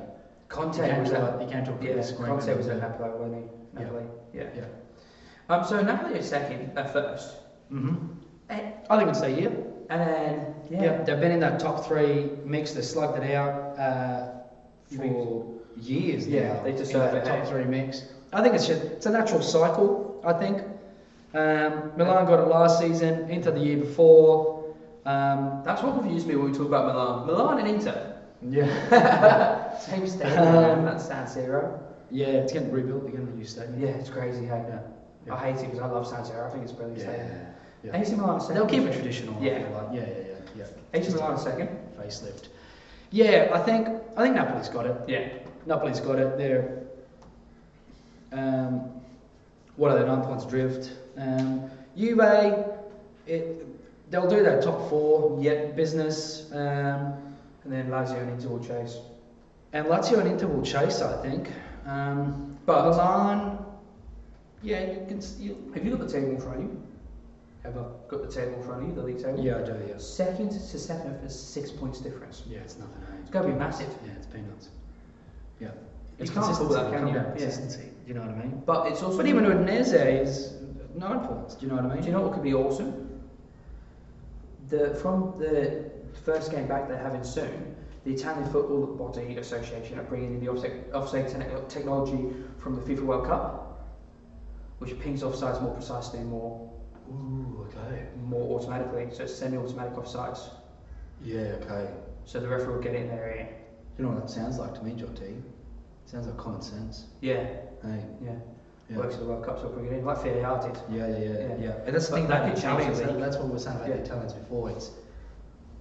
C: Conte
B: He came
C: was
B: to
C: at
B: a- he came to a
C: yeah,
B: previous agreement
C: Conte was
B: with
C: at
B: them.
C: Napoli, wasn't he?
B: Yeah.
C: Napoli. Yeah.
B: Yeah.
C: Um. So Napoli is second at first,
B: hmm
C: and,
B: I think it's a year.
C: and then Mm-hmm. Uh, yeah.
B: Yep, they've been in that top three mix. They slugged it out uh,
C: You
B: for years
C: Yeah,
B: now.
C: they
B: in
C: deserve
B: that
C: it,
B: Top
C: eh?
B: three mix. I think it's just it's a natural cycle. I think um, Milan got it last season, Inter the year before. Um,
C: That's what confused me when we talk about Milan. Milan and Inter.
B: yeah.
C: Same
B: [laughs]
C: stadium.
B: Um,
C: man, that's San Siro.
B: [laughs] Yeah, it's getting rebuilt. They're getting a new stadium.
C: Yeah, it's crazy. Hey?
B: Yeah.
C: I hate it because I love San Siro. I think it's brilliant. stadium.
B: Yeah. yeah.
C: AC Milan second.
B: They'll keep it traditional. I
C: Yeah.
B: feel like. Yeah, yeah, yeah, yeah.
C: AC Milan second.
B: Facelift. Yeah, I think I think Napoli's got it.
C: Yeah.
B: Napoli's got it. They're um, what are they? Nine points drift. Um, Juve, it, they'll do their top four yet business, um,
C: And then Lazio need to all chase.
B: and Lazio and Inter will chase. I think, um, but
C: But-
B: Milan, yeah, you can s- you
C: Have you got the table in front of you?
B: have a
C: Got the table in front of you, the league table?
B: yeah, I do yes.
C: Second to seventh is six points difference.
B: Yeah, it's nothing. eh?
C: It's gotta be massive.
B: Yeah, it's peanuts. Yeah,
C: It's consistency,
B: that,
C: come down to
B: Consistency. Do you know what I mean?
C: But it's also.
B: But even Udinese is nine points. Do you know what I mean?
C: Do you know what could be awesome? The from the first game back they're having soon, the Italian Football Body Association are bringing in the offset offset te- technology from the FIFA World Cup, which pings offsides more precisely, more
B: Ooh, okay.
C: more automatically. So it's semi-automatic offsides.
B: Yeah, okay.
C: So the referee will get it in their ear.
B: You know what that sounds like to me, Job T? Sounds like common sense.
C: Yeah,
B: Hey.
C: yeah.
B: Yeah.
C: Works for the World Cup, so bring it in like VAR did.
B: Yeah, yeah, yeah,
C: Yeah.
B: yeah. And that's the
C: But
B: thing
C: that
B: about the
C: could change
B: Italians.
C: the
B: that-
C: league.
B: That's what we were saying about the
C: Yeah.
B: Italians before. It's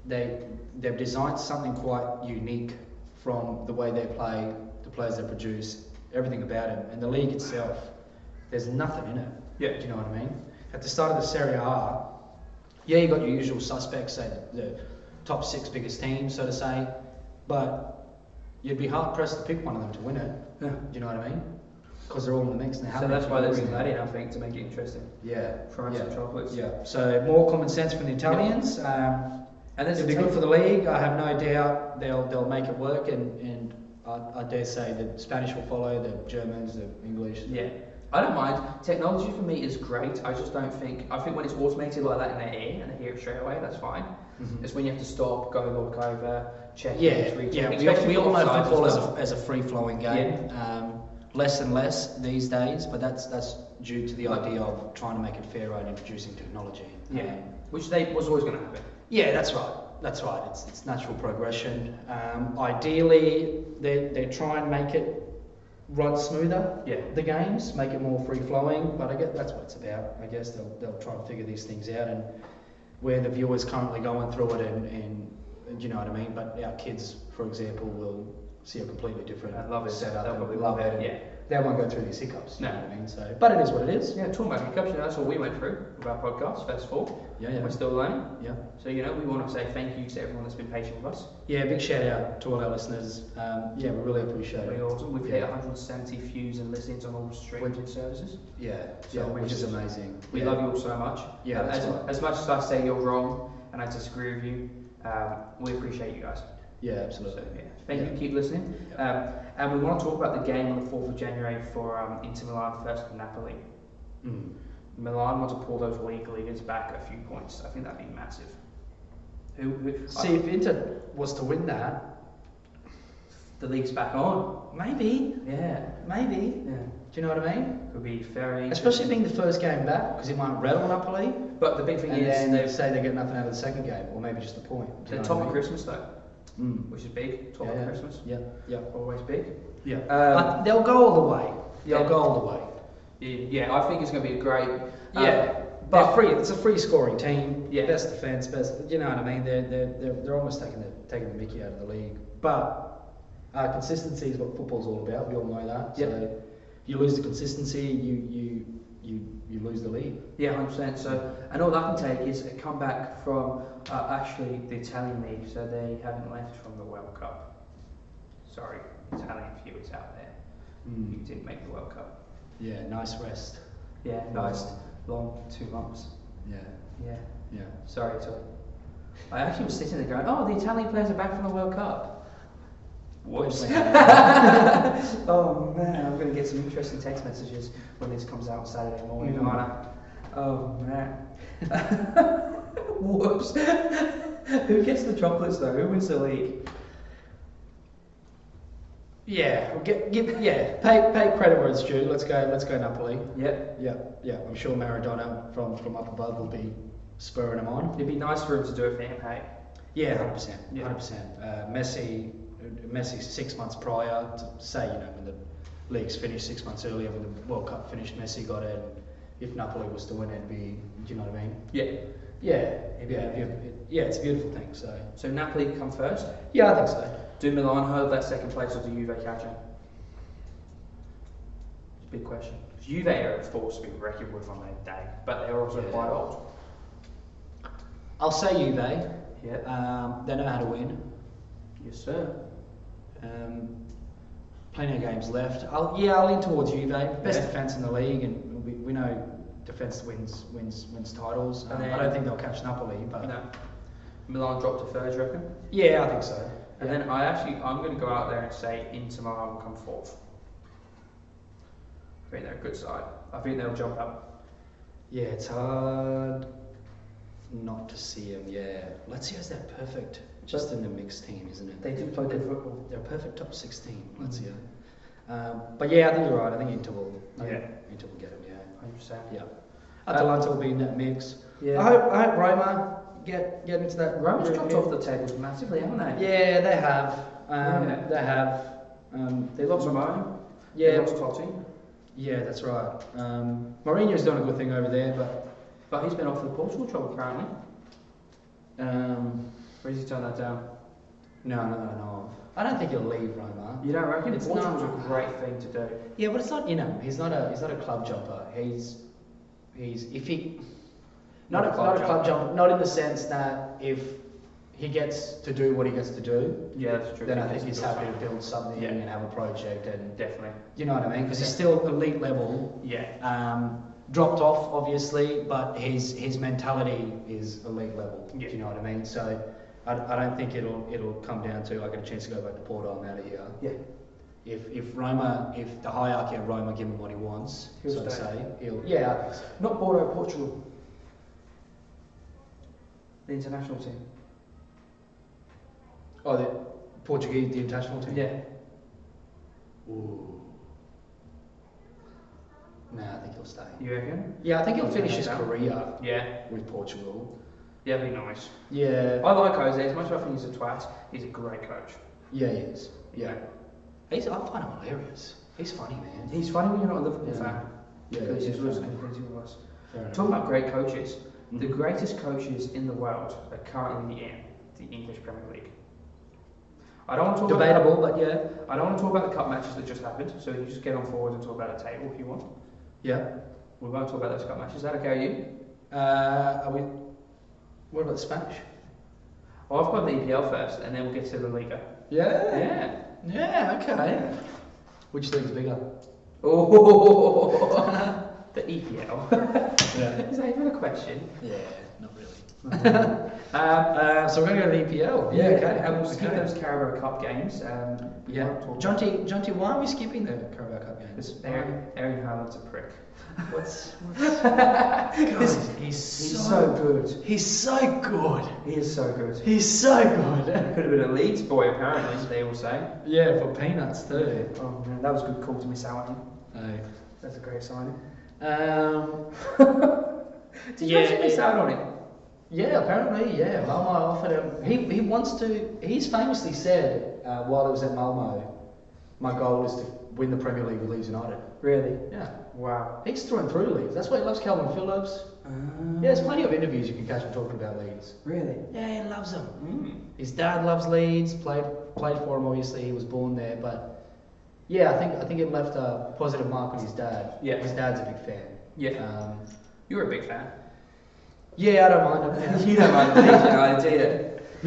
B: they they've designed something quite unique from the way they play, the players they produce, everything about it, and the league itself. There's nothing in it.
C: Yeah.
B: Do you know what I mean? At the start of the Serie A, yeah, you got your usual suspects, say the, the top six biggest teams, so to say, but you'd be hard pressed to pick one of them to win it.
C: Yeah.
B: Do you know what I mean? Because they're all in the mix and they
C: So that's why they're bringing that in, I think, to make it interesting.
B: yeah,
C: France
B: yeah.
C: and chocolates.
B: Yeah, so more common sense from the Italians. Um,
C: And this
B: it'll
C: is
B: be
C: take-
B: good for the league. I have no doubt they'll they'll make it work, and and I, I dare say the Spanish will follow, the Germans, the English.
C: Yeah, I don't mind. Technology for me is great. I just don't think. I think when it's automated like that in their ear and they hear it straight away, that's fine.
B: Mhm.
C: It's when you have to stop, go look over, check.
B: yeah,
C: recheck,
B: yeah. We, all-
C: especially
B: we all know
C: offsides
B: football as
C: well.
B: a, as a free flowing game. Um, less and less these days, but that's that's due to the idea of trying to make it fairer and introducing technology.
C: Yeah,
B: Um,
C: which they was always going to happen.
B: Yeah, that's right. That's right. It's, it's natural progression. Um, ideally, they, they try and make it run smoother,
C: Yeah.
B: the games, make it more free flowing, but I guess that's what it's about. I guess they'll, they'll try and figure these things out and where the viewer's currently going through it, and, and, and you know what I mean? But our kids, for example, will see a completely different
C: I love it.
B: setup.
C: They'll
B: and
C: probably
B: love it. and
C: Yeah.
B: They won't go through these hiccups. You
C: No.
B: know what I mean? So, but it is what it is.
C: Yeah, talking about hiccups, you know, that's all we went through with our podcast, first of all.
B: Yeah,
C: And
B: yeah.
C: We're still learning.
B: Yeah.
C: So, you know, we want to say thank you to everyone that's been patient with us.
B: Yeah, big shout out to all our listeners. Um, yeah, we really appreciate
C: Really
B: it.
C: awesome. We've hit
B: Yeah.
C: 170 views and listens on all streaming services.
B: Yeah,
C: So
B: yeah,
C: we
B: which is
C: just-
B: amazing.
C: We
B: yeah.
C: love you all so much.
B: Yeah,
C: as,
B: that's right.
C: as much as I say you're wrong and I disagree with you, um, we appreciate you guys.
B: Yeah,
C: So,
B: absolutely.
C: yeah. Thank
B: Yeah.
C: you. Keep listening.
B: Yeah.
C: Um, and we want to talk about the game on the 4th of January for um, Inter Milan versus Napoli.
B: Mm.
C: Milan want to pull those league leaders back a few points. I think that'd be massive. Who, who,
B: See, if Inter was to win that,
C: the league's back on.
B: maybe,
C: Yeah.
B: maybe.
C: Yeah.
B: Do you know what I mean?
C: Could be very.
B: Especially being the first game back, because it might rattle Napoli,
C: But the big thing
B: and
C: is
B: then they
C: they're,
B: say they get nothing out of the second game, or maybe just a point. Do you
C: they're
B: know
C: top
B: what
C: of
B: I
C: Christmas though,
B: mean?
C: which is big.
B: Mm.
C: Top
B: yeah,
C: of
B: yeah.
C: Christmas.
B: Yeah, yeah,
C: Always big.
B: yeah.
C: Um,
B: but they'll go all the way. They'll
C: Yeah.
B: go all the way.
C: Yeah, I think it's going to be a great. um,
B: Yeah, but
C: but
B: free. It's a free scoring team.
C: Yeah.
B: Best defense, best. You know what I mean? They're they're, they're, they're almost taking the taking the Mickey out of the league. But uh, consistency is what football's all about. We all know that.
C: Yeah.
B: So if you lose the consistency, you you you you lose the league.
C: Yeah, 100%. So, and all I can take is a comeback from uh, actually the Italian league. So they haven't left from the World Cup. Sorry, Italian viewers out there, you didn't make the World Cup.
B: Yeah. Nice rest.
C: Yeah, nice long two months.
B: Yeah.
C: Yeah,
B: Yeah.
C: sorry, Tom. I actually was sitting there going, "Oh, the Italian players are back from the World Cup." Whoops. [laughs] oh man, I'm gonna get some interesting text messages when this comes out Saturday morning,
B: Mm.
C: aren't I? Oh man. Whoops. Who gets the chocolates though? Who wins the league?
B: Yeah. Well, get, get, yeah. Pay pay credit where it's due. Let's go. Let's go Napoli.
C: Yep.
B: Yeah. Yeah. I'm sure Maradona from from up above will be spurring them on.
C: It'd be nice for him to do it for him, hey?
B: Yeah, hundred percent, Uh,
C: Yeah.
B: hundred percent. Messi, Messi six months prior to say you know when the leagues finished six months earlier when the World Cup finished. Messi got it. If Napoli was to win, it'd be, do you know what I mean?
C: Yeah.
B: Yeah, yeah, it- yeah. It's a beautiful thing. So
C: So Napoli come first.
B: yeah, I think so.
C: Do Milan hold that second place or do Juve catch it? It's a big question. 'Cause Juve are a force to be reckoned with on that day, but they're also
B: Yeah.
C: quite old.
B: I'll say Juve.
C: Yeah.
B: Um, they know how to win.
C: yes, sir.
B: Um, plenty of games left. I'll, yeah, I'll lean towards Juve. Best
C: Yeah.
B: defense in the league, and we, we know defense wins wins wins titles. Um,
C: And
B: I
C: then-
B: don't think they'll catch Napoli, but
C: No. Milan dropped to third, do you reckon?
B: yeah, I think so.
C: And then I actually, I'm going to go out there and say Inter Milan will come fourth. I think they're a good side. I think they'll jump up.
B: Yeah, it's hard not to see them. Yeah, Lazio's that perfect, just in the mixed team, isn't it?
C: They do play good football. Mm.
B: They're a perfect top 16, Lazio. Um, but yeah, I think you're right. I think Inter will. I think
C: Yeah.
B: Inter will get them. Yeah.
C: 100%.
B: Yeah. Atalanta will be in that mix.
C: Yeah.
B: I hope, I hope Roma get get into that.
C: Rome's
B: group
C: dropped
B: here.
C: off the table massively, haven't they?
B: Yeah, they have. Um,
C: Yeah.
B: They have. Um,
C: They lost Ramon. They
B: Yeah,
C: lost Totti.
B: yeah, that's right. Um, Mourinho's done a good thing over there, but
C: But he's been offered the Portugal job apparently.
B: um,
C: Or has he turned that down?
B: no, no, no, no. I don't think he'll leave Roma.
C: You don't reckon?
B: It's
C: Portugal's
B: not-
C: a great thing to do.
B: Yeah, but it's not in him. He's not a he's not a club jumper. He's he's if he not, a, not a club jumper. Not in the sense that if he gets to do what he gets to do,
C: Yeah, that's true.
B: then I
C: He
B: think he's
C: gets
B: happy to build something
C: Yeah.
B: and have a project and
C: Definitely.
B: you know what I mean because he's still elite level.
C: Yeah.
B: Um, dropped off obviously, but his his mentality is elite level.
C: Yeah.
B: Do you know what I mean? So. I, I don't think it'll it'll come down to I get a chance to go back to Porto. I'm out of here.
C: Yeah.
B: If, if Roma, if the hierarchy of Roma give him what he wants,
C: He'll
B: so to
C: stay.
B: say, he'll, yeah, I think so.
C: Not Porto, Portugal. The international team.
B: Oh, the Portuguese, the international team?
C: Yeah.
B: Ooh. Nah, I think he'll stay.
C: You reckon?
B: Yeah, I think he'll finish his
C: Yeah.
B: career
C: Yeah.
B: with Portugal.
C: Yeah, be nice.
B: Yeah,
C: I like Jose as much as I think he's a twat. He's a great coach.
B: yeah, he is. Yeah.
C: Yeah.
B: He's, I find him hilarious. He's funny, man.
C: He's funny when you're not a Liverpool
B: Yeah.
C: fan.
B: Yeah,
C: because
B: yeah,
C: he's always
B: fair enough.
C: competing with us.
B: Fair enough.
C: Talking about great coaches, the
B: Mhm.
C: greatest coaches in the world are currently in the English Premier League. I don't want to talk about
B: Debatable, but yeah.
C: I don't want to talk about the cup matches that just happened, so you just get on forward and talk about the table if you want.
B: Yeah.
C: We won't talk about those cup matches. Is that okay with you?
B: Uh, are we, what about the Spanish?
C: Well, I've got the EPL first, and then we'll get to the Liga. Yeah.
B: Yeah, okay. Which league's bigger?
C: Oh, [laughs] the EPL.
B: Yeah.
C: [laughs] Is that even a question?
B: Yeah, not really. [laughs]
C: Um,
B: Uh, so we're going to go to the EPL.
C: And we'll skip those Carabao Cup games. Um, we
B: Yeah.
C: won't talk
B: Jonty, Jonty, why are we skipping the Carabao Cup games?
C: Because Aaron, Aaron Haaland's a prick.
B: What's, [laughs] what's God, he's,
C: He's
B: so,
C: so good.
B: he's so good.
C: He is so good.
B: He's so
C: Could
B: good.
C: have been a Leeds boy, apparently, they all say.
B: yeah, for peanuts too.
C: Oh, man, that was a good call to miss out on.
B: No.
C: That's a great signing.
B: Um,
C: [laughs] Did you
B: Yeah,
C: actually miss
B: it-
C: out on it?
B: yeah, apparently, yeah. Malmo offered him. He, he wants to. He's famously said uh, while he was at Malmo, my goal is to win the Premier League with Leeds United.
C: Really?
B: Yeah.
C: Wow.
B: He's through and through Leeds. That's why he loves Calvin Phillips. Yeah, there's plenty of interviews you can catch him talking about Leeds.
C: Uh, Really?
B: Yeah, he loves them.
C: Mm.
B: His dad loves Leeds. Played played for him. Obviously, he was born there. But yeah, I think I think it left a positive mark on his dad.
C: Yeah.
B: his dad's a big fan.
C: Yeah.
B: Um,
C: You're a big fan.
B: yeah, I don't mind him.
C: [laughs] you don't mind Leeds United, do you?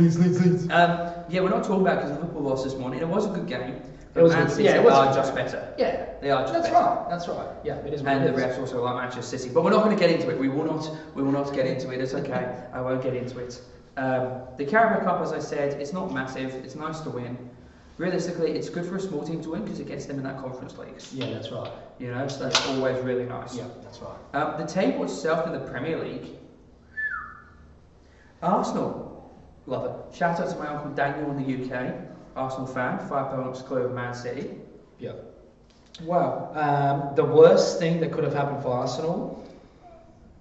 B: Leeds, Leeds, Leeds.
C: Um, yeah, we're not talking about because Liverpool lost this morning. It was a good game. But
B: It was
C: Man
B: good.
C: City
B: Yeah, it was
C: are
B: good.
C: just better.
B: Yeah,
C: They are just
B: that's
C: better.
B: right. That's right. Yeah, it is. what
C: And
B: it is.
C: the refs also like Manchester City, but we're not going to get into it. We will not. We will not get into it. It's okay. I won't get into it. Um, the Carabao Cup, as I said, it's not massive. It's nice to win. Realistically, it's good for a small team to win because it gets them in that Conference League.
B: Yeah, that's right.
C: You know, so that's always really nice.
B: Yeah, that's right.
C: Um, the table itself in the Premier League. Arsenal, love it. Shout out to my uncle Daniel in the UK, Arsenal fan, five points clear of Man City.
B: Yeah.
C: Wow.
B: Um, the worst thing that could have happened for Arsenal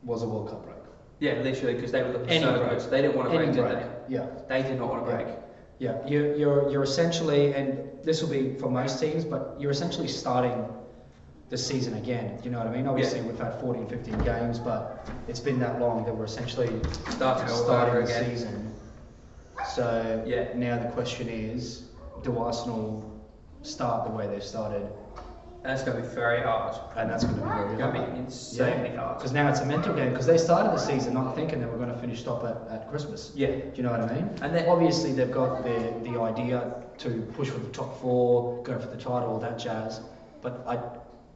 B: was a World Cup break.
C: Yeah, literally, because they were looking
B: Any
C: so
B: break.
C: close. They didn't want to break,
B: Any
C: did
B: break. Yeah.
C: they? They did not want to
B: Yeah.
C: break.
B: Yeah, you're, you're, you're essentially, and this will be for most teams, but you're essentially starting the season again. You know what I mean? Obviously, we've had 14, 15 games, but it's been that long that we're essentially
C: Starting all over
B: starting the
C: again.
B: season. So
C: Yeah.
B: now the question is do Arsenal start the way they started?
C: And it's going to be very hard.
B: And that's going to be very
C: It's going to
B: hard.
C: be insanely hard.
B: Because now it's a mental game because they started the season not thinking they were going to finish top at, at Christmas.
C: Yeah.
B: Do you know what I mean?
C: And then-
B: obviously they've got the the idea to push for the top four, go for the title, all that jazz. But I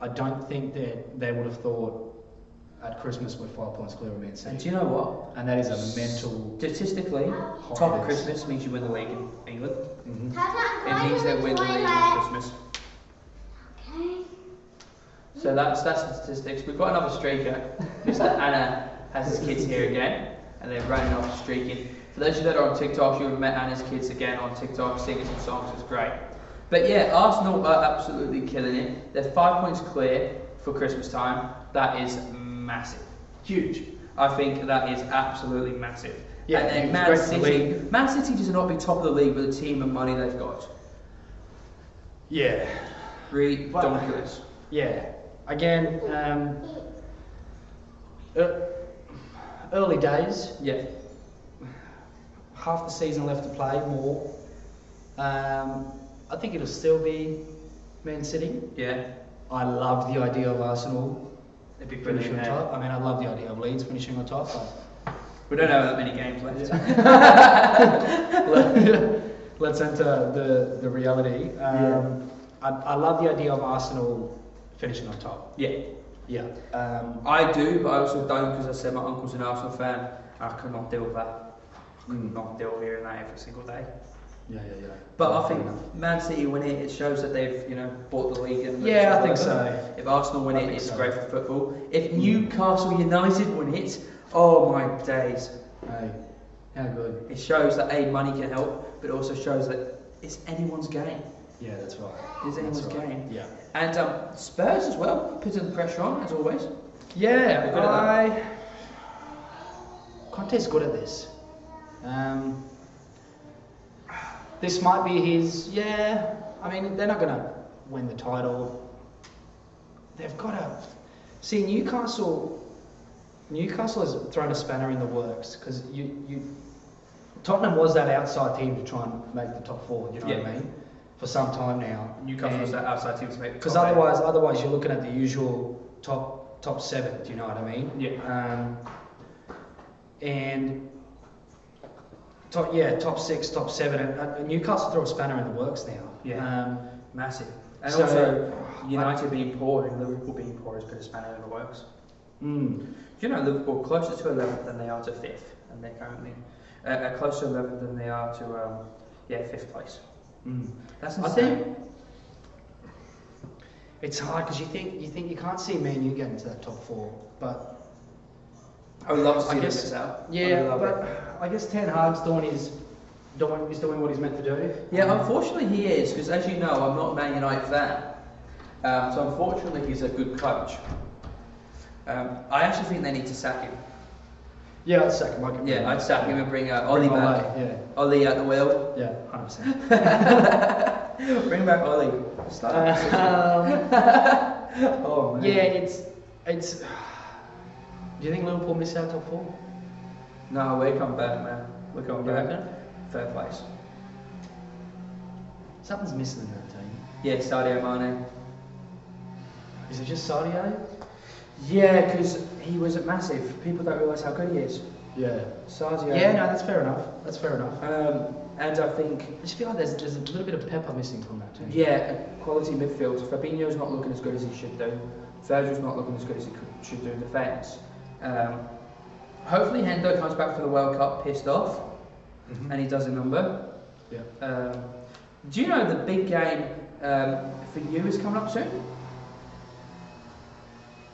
B: I don't think that they would have thought at Christmas we're five points clear of Man
C: And
B: City.
C: do you know what?
B: And that is a mental.
C: Statistically, top of
B: Confidence.
C: Christmas means you win the league in England. It
E: It
C: means they win the league on Christmas. So that's that's the statistics. We've got another streaker.
B: [laughs]
C: Mr. Anna has his kids here again, and they're running off streaking. For those of you that are on TikTok, you would have met Anna's kids again on TikTok, singing some songs. It's great. But yeah, Arsenal are absolutely killing it. They're five points clear for Christmas time. That is massive, huge. I think that is absolutely massive.
B: Yeah,
C: and then
B: it's
C: Man
B: great for the
C: City.
B: league.
C: Man City does not be top of the league with the team and money they've got.
B: Yeah.
C: Ridiculous.
B: Yeah. Again, um, ear- early days.
C: Yeah.
B: half the season left to play more. Um, I think it'll still be Man City.
C: Yeah.
B: I love the idea of Arsenal
C: It'd be brilliant.
B: finishing on
C: eh?
B: top. I mean, I love the idea of Leeds finishing on top. But
C: We don't have that many games left.
B: [laughs] let's enter the, the reality. Um, I, I love the idea of Arsenal finishing on top.
C: [laughs] yeah,
B: Yeah. Um,
C: I do, but I also don't because I said my uncle's an Arsenal fan. I could not deal with that.
B: Hmm.
C: Could not deal with hearing that every single day.
B: yeah, yeah, yeah.
C: But I think Man City win it. It shows that they've you know bought the league. And
B: Yeah, I think
C: whatever. If Arsenal win
B: I
C: it,
B: think
C: it's
B: so.
C: great for football. If Newcastle United win it, oh my days!
B: Hey, how good.
C: It shows that a money can help, but it also shows that it's anyone's game.
B: Yeah, that's right.
C: It's
B: That's
C: anyone's
B: right.
C: game.
B: Yeah.
C: And um, Spurs as well, putting the pressure on as always.
B: Yeah,
C: Good at that.
B: I. Conte's good at this. Um, this might be his. Yeah, I mean they're not gonna win the title. They've got to see Newcastle. Newcastle has thrown a spanner in the works because you you. Tottenham was that outside team to try and make the top four. You know what I
C: Yeah.
B: mean? For some time now.
C: Newcastle was
B: And-
C: that outside team to make the
B: because
C: top eight.
B: otherwise, otherwise you're looking at the usual top top seven. Do you know what I mean?
C: Yeah.
B: Um, and top yeah, top six, top seven, and uh, Newcastle throw a spanner in the works now.
C: Yeah.
B: Um,
C: Massive. And
B: So-
C: also, United being poor and Liverpool being poor has put a spanner in the works.
B: mm,
C: You know, Liverpool closer to 11th than they are to 5th, and they're currently uh, uh, closer to 11th than they are to, um, yeah, 5th place.
B: mm.
C: That's
B: I
C: insane.
B: think it's hard because you think you think you can't see Man U getting to that top four, but
C: I would love to see
B: I
C: them
B: guess-
C: miss out. I would
B: yeah,
C: love
B: but
C: it.
B: I guess Ten Hag's doing his doing he's doing what he's meant to do.
C: Yeah, unfortunately he is, because as you know, I'm not a Man United fan. Um, so unfortunately he's a good coach. Um, I actually think they need to sack him.
B: Yeah, I'd sack him. I could bring
C: Yeah, I'd sack him and bring uh, Ollie
B: Bring him
C: back.
B: away, yeah.
C: Ollie at the wheel. [laughs]
B: Yeah, hundred percent.
C: Bring back Ollie. Start oh man.
B: yeah, it's it's. [sighs] Do you think Liverpool miss out top four?
C: No, we come back, man. We come
B: You
C: back.
B: reckon?
C: Third place.
B: Something's missing in that team.
C: Yeah, Sadio Mane.
B: Is it just Sadio?
C: Yeah, because he was massive. People don't realise how good he is.
B: Yeah.
C: Sadio.
B: Yeah, no, that's fair enough. That's fair enough.
C: Um, and I think,
B: I just feel like there's there's a little bit of pepper missing from that team.
C: yeah, a quality midfield. Fabinho's not looking as good as he should do. Virgil's not looking as good as he could, should do in defence. Um, hopefully, Hendo comes back for the World Cup pissed off and he does a number.
B: Yeah.
C: Um, do you know the big game um, for you is coming up soon?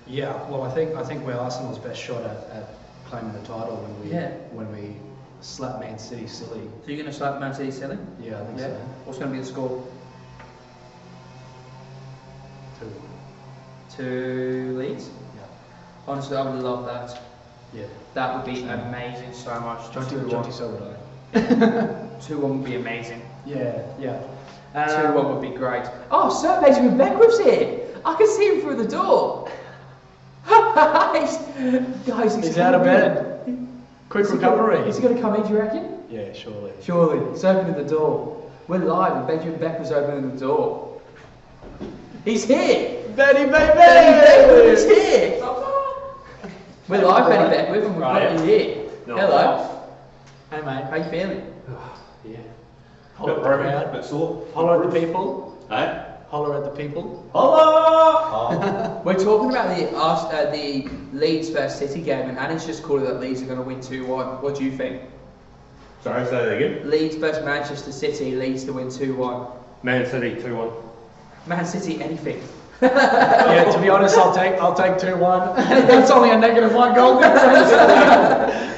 B: Yeah. Well, I think I think we're Arsenal's best shot at, at claiming the title when we
C: Yeah.
B: when we slap Man City silly.
C: So you're going to slap Man City silly?
B: Yeah, I think
C: Yeah. What's going to be the score?
B: so. Two.
C: Two leads.
B: Yeah.
C: Honestly, I would love that.
B: Yeah.
C: That would be amazing so much.
B: Jonty,
C: Two
B: Jonty,
C: one.
B: so would I.
C: Two one would be amazing.
B: Yeah, yeah.
C: Two
B: Um,
C: one would be great. Oh, Sir Benjamin Beckwith's here. I can see him through the door. [laughs] He's- guys, he's
B: He's out of
C: coming in.
B: bed. Quick
C: Is he gonna-
B: recovery.
C: Is he going to come in? Do you reckon?
B: Yeah, surely.
C: Surely, it's opening the door. We're live, and Benjamin Beck was opening the door. He's here!
B: Benny, baby!
C: Benny Beckwith is here! We're live, Benny Beckwith, and we've
E: Right.
C: got you here.
E: No.
C: Hello.
B: Hey,
C: How
B: mate.
C: you feeling?
B: Yeah. Holler
E: Bit
B: at the
E: broken,
B: crowd.
E: bit sore.
B: Holler at the people.
E: Eh?
B: Holler at the people.
E: Holla!
C: We're talking about the Ars- uh, the Leeds vs City game, and Annie's just called it that Leeds are going to win 2 1. What do you think?
E: Sorry, say that again.
C: Leeds versus Manchester City, Leeds to win 2 1.
E: Man City 2 1.
C: Man City, anything.
B: yeah, to be honest, I'll take I'll take two one. [laughs] That's only a negative one goal difference. [laughs]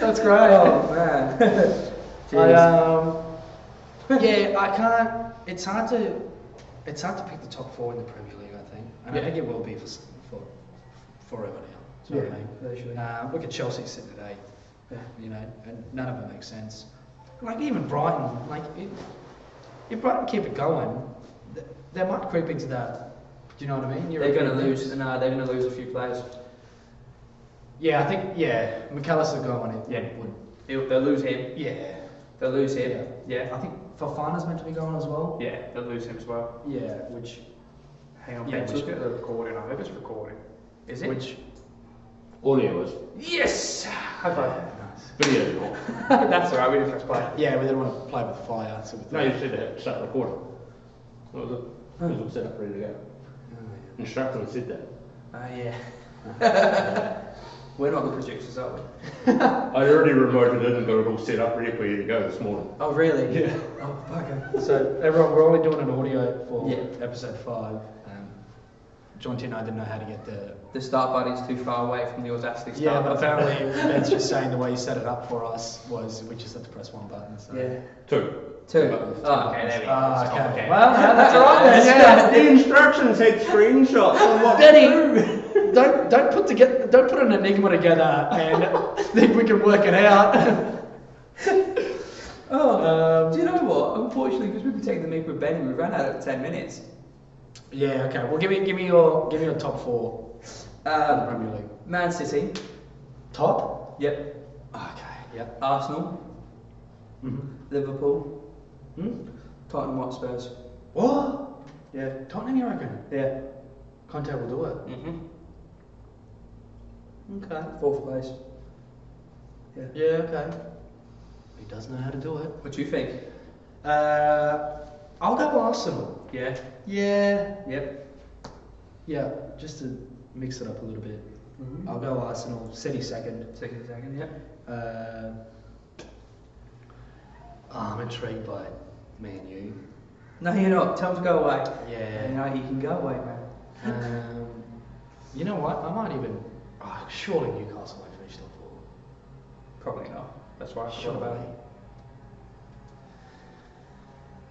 B: That's great.
C: Oh, man.
B: [laughs] I,
C: Jeez.
B: um,
C: [laughs]
B: yeah, I can't. It's hard to it's hard to pick the top four in the Premier League. I think, and I
C: Yeah.
B: think it will be for s- for forever now. Sorry,
C: Yeah, they should.
B: mate. Um, look at Chelsea sitting at eight. You know, and none of it makes sense. Like even Brighton, like if, if Brighton keep it going, th- they might creep into that. Do you know what I mean?
C: They're going to
B: European
C: lose.
B: leagues.
C: No, they're going to lose a few players.
B: Yeah, I think yeah, McAllister going it.
C: Yeah.
B: would,
C: They'll, they'll lose him.
B: yeah.
C: They'll lose him. Yeah.
B: I think Fafana's meant to be going as well.
C: Yeah, they'll lose him as well.
B: Yeah, which
C: Hang on,
B: Yeah,
C: Ben,
B: which-
C: look at the recording. I hope it's recording. Is it?
B: which
E: Audio is.
C: Yes! High five.
B: nice.
E: Video is not.
C: That's alright, we didn't press play.
B: Yeah, we didn't want to play with fire. So with
E: No, you said that. Start recording. That was it. It was all set up, ready to go. Instructor said that.
C: Oh, [laughs] yeah. We're not the producers, are we?
E: I already remoted it and got it all set up, ready for you to go this morning.
C: Oh, really?
E: Yeah.
C: Oh, fucker.
B: so everyone, we're only doing an audio for
C: Yeah.
B: episode five. Um, Jaunty and I didn't know how to get the.
C: The start button's too far away from the audacity start
B: Yeah, but
C: button.
B: [laughs] apparently that's just saying the way you set it up for us was we just had to press one button. So.
C: Yeah.
E: Two.
C: Two. Oh, okay, there we go.
B: Ah,
C: It's
B: okay.
C: complicated.
B: Well, yeah, that's all right then. [laughs] Yeah.
E: the instructions had screenshots. of what to
B: Benny, [laughs] don't don't put together don't put an enigma together [laughs] and think we can work it out.
C: Oh,
B: Um,
C: do you know what? Unfortunately, because we've been taking the mic with Benny, we ran out of 10 minutes.
B: [laughs] yeah, okay. Well, give me give me your give me your top four for the
C: Um,
B: Premier League.
C: Man City.
B: Top.
C: Yep.
B: Ah, Okay. Yep.
C: Arsenal.
B: Mhm.
C: Liverpool.
B: Hmm?
C: Tottenham Hotspurs.
B: What?
C: Yeah.
B: Tottenham, you reckon?
C: Yeah.
B: Conte will do it.
C: Mm-hmm.
B: Okay.
C: Fourth place. Yeah.
B: Yeah. Okay. He does know how to do it.
C: What do you think?
B: Uh, I'll go Arsenal.
C: Yeah.
B: Yeah.
C: Yep.
B: Yeah. Just to mix it up a little bit,
C: Mm-hmm.
B: I'll go Arsenal. City second.
C: Second, second. Yep.
B: Uh, I'm intrigued by Man U.
C: No, you're not. Tell him to go away. You
B: Yeah.
C: know, you can go away, man.
B: Um, you know what? I might even. Oh, surely Newcastle won't finish top four.
C: Probably not. That's why I forgot about
B: Surely.
C: it.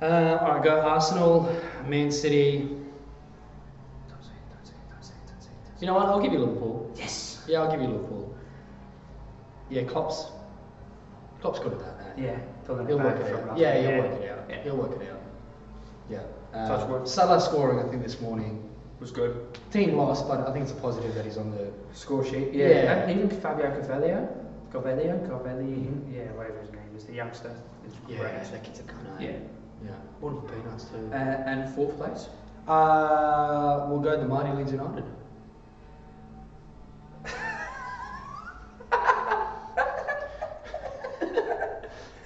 B: Uh, all right, go Arsenal, Man City.
C: Don't say it, don't say it, don't say it, don't say it,
B: You know what? I'll give you Liverpool.
C: don't say it. Yes.
B: Yeah, I'll give you Liverpool. Yeah, Klopp's. Klopp's good at that. Man.
C: Yeah. Pulling
B: He'll
C: it back
B: work it out.
C: from
B: Yeah, he'll work it out.
C: Yeah.
B: He'll work it out. Yeah.
C: Touch
B: Uh,
C: wood.
B: Salah scoring, I think, this morning.
C: Was good.
B: Team lost, but I think it's a positive that he's on the.
C: Score sheet,
B: Yeah.
C: yeah. And even Fabio Cavello, Cavello, Cavelli, yeah, whatever his name is, the youngster. It's
B: Yeah,
C: great.
B: that kid's a gunner.
C: Yeah.
B: Yeah. One for peanuts too.
C: Uh, and fourth place?
B: Uh, we'll go the mighty Leeds United.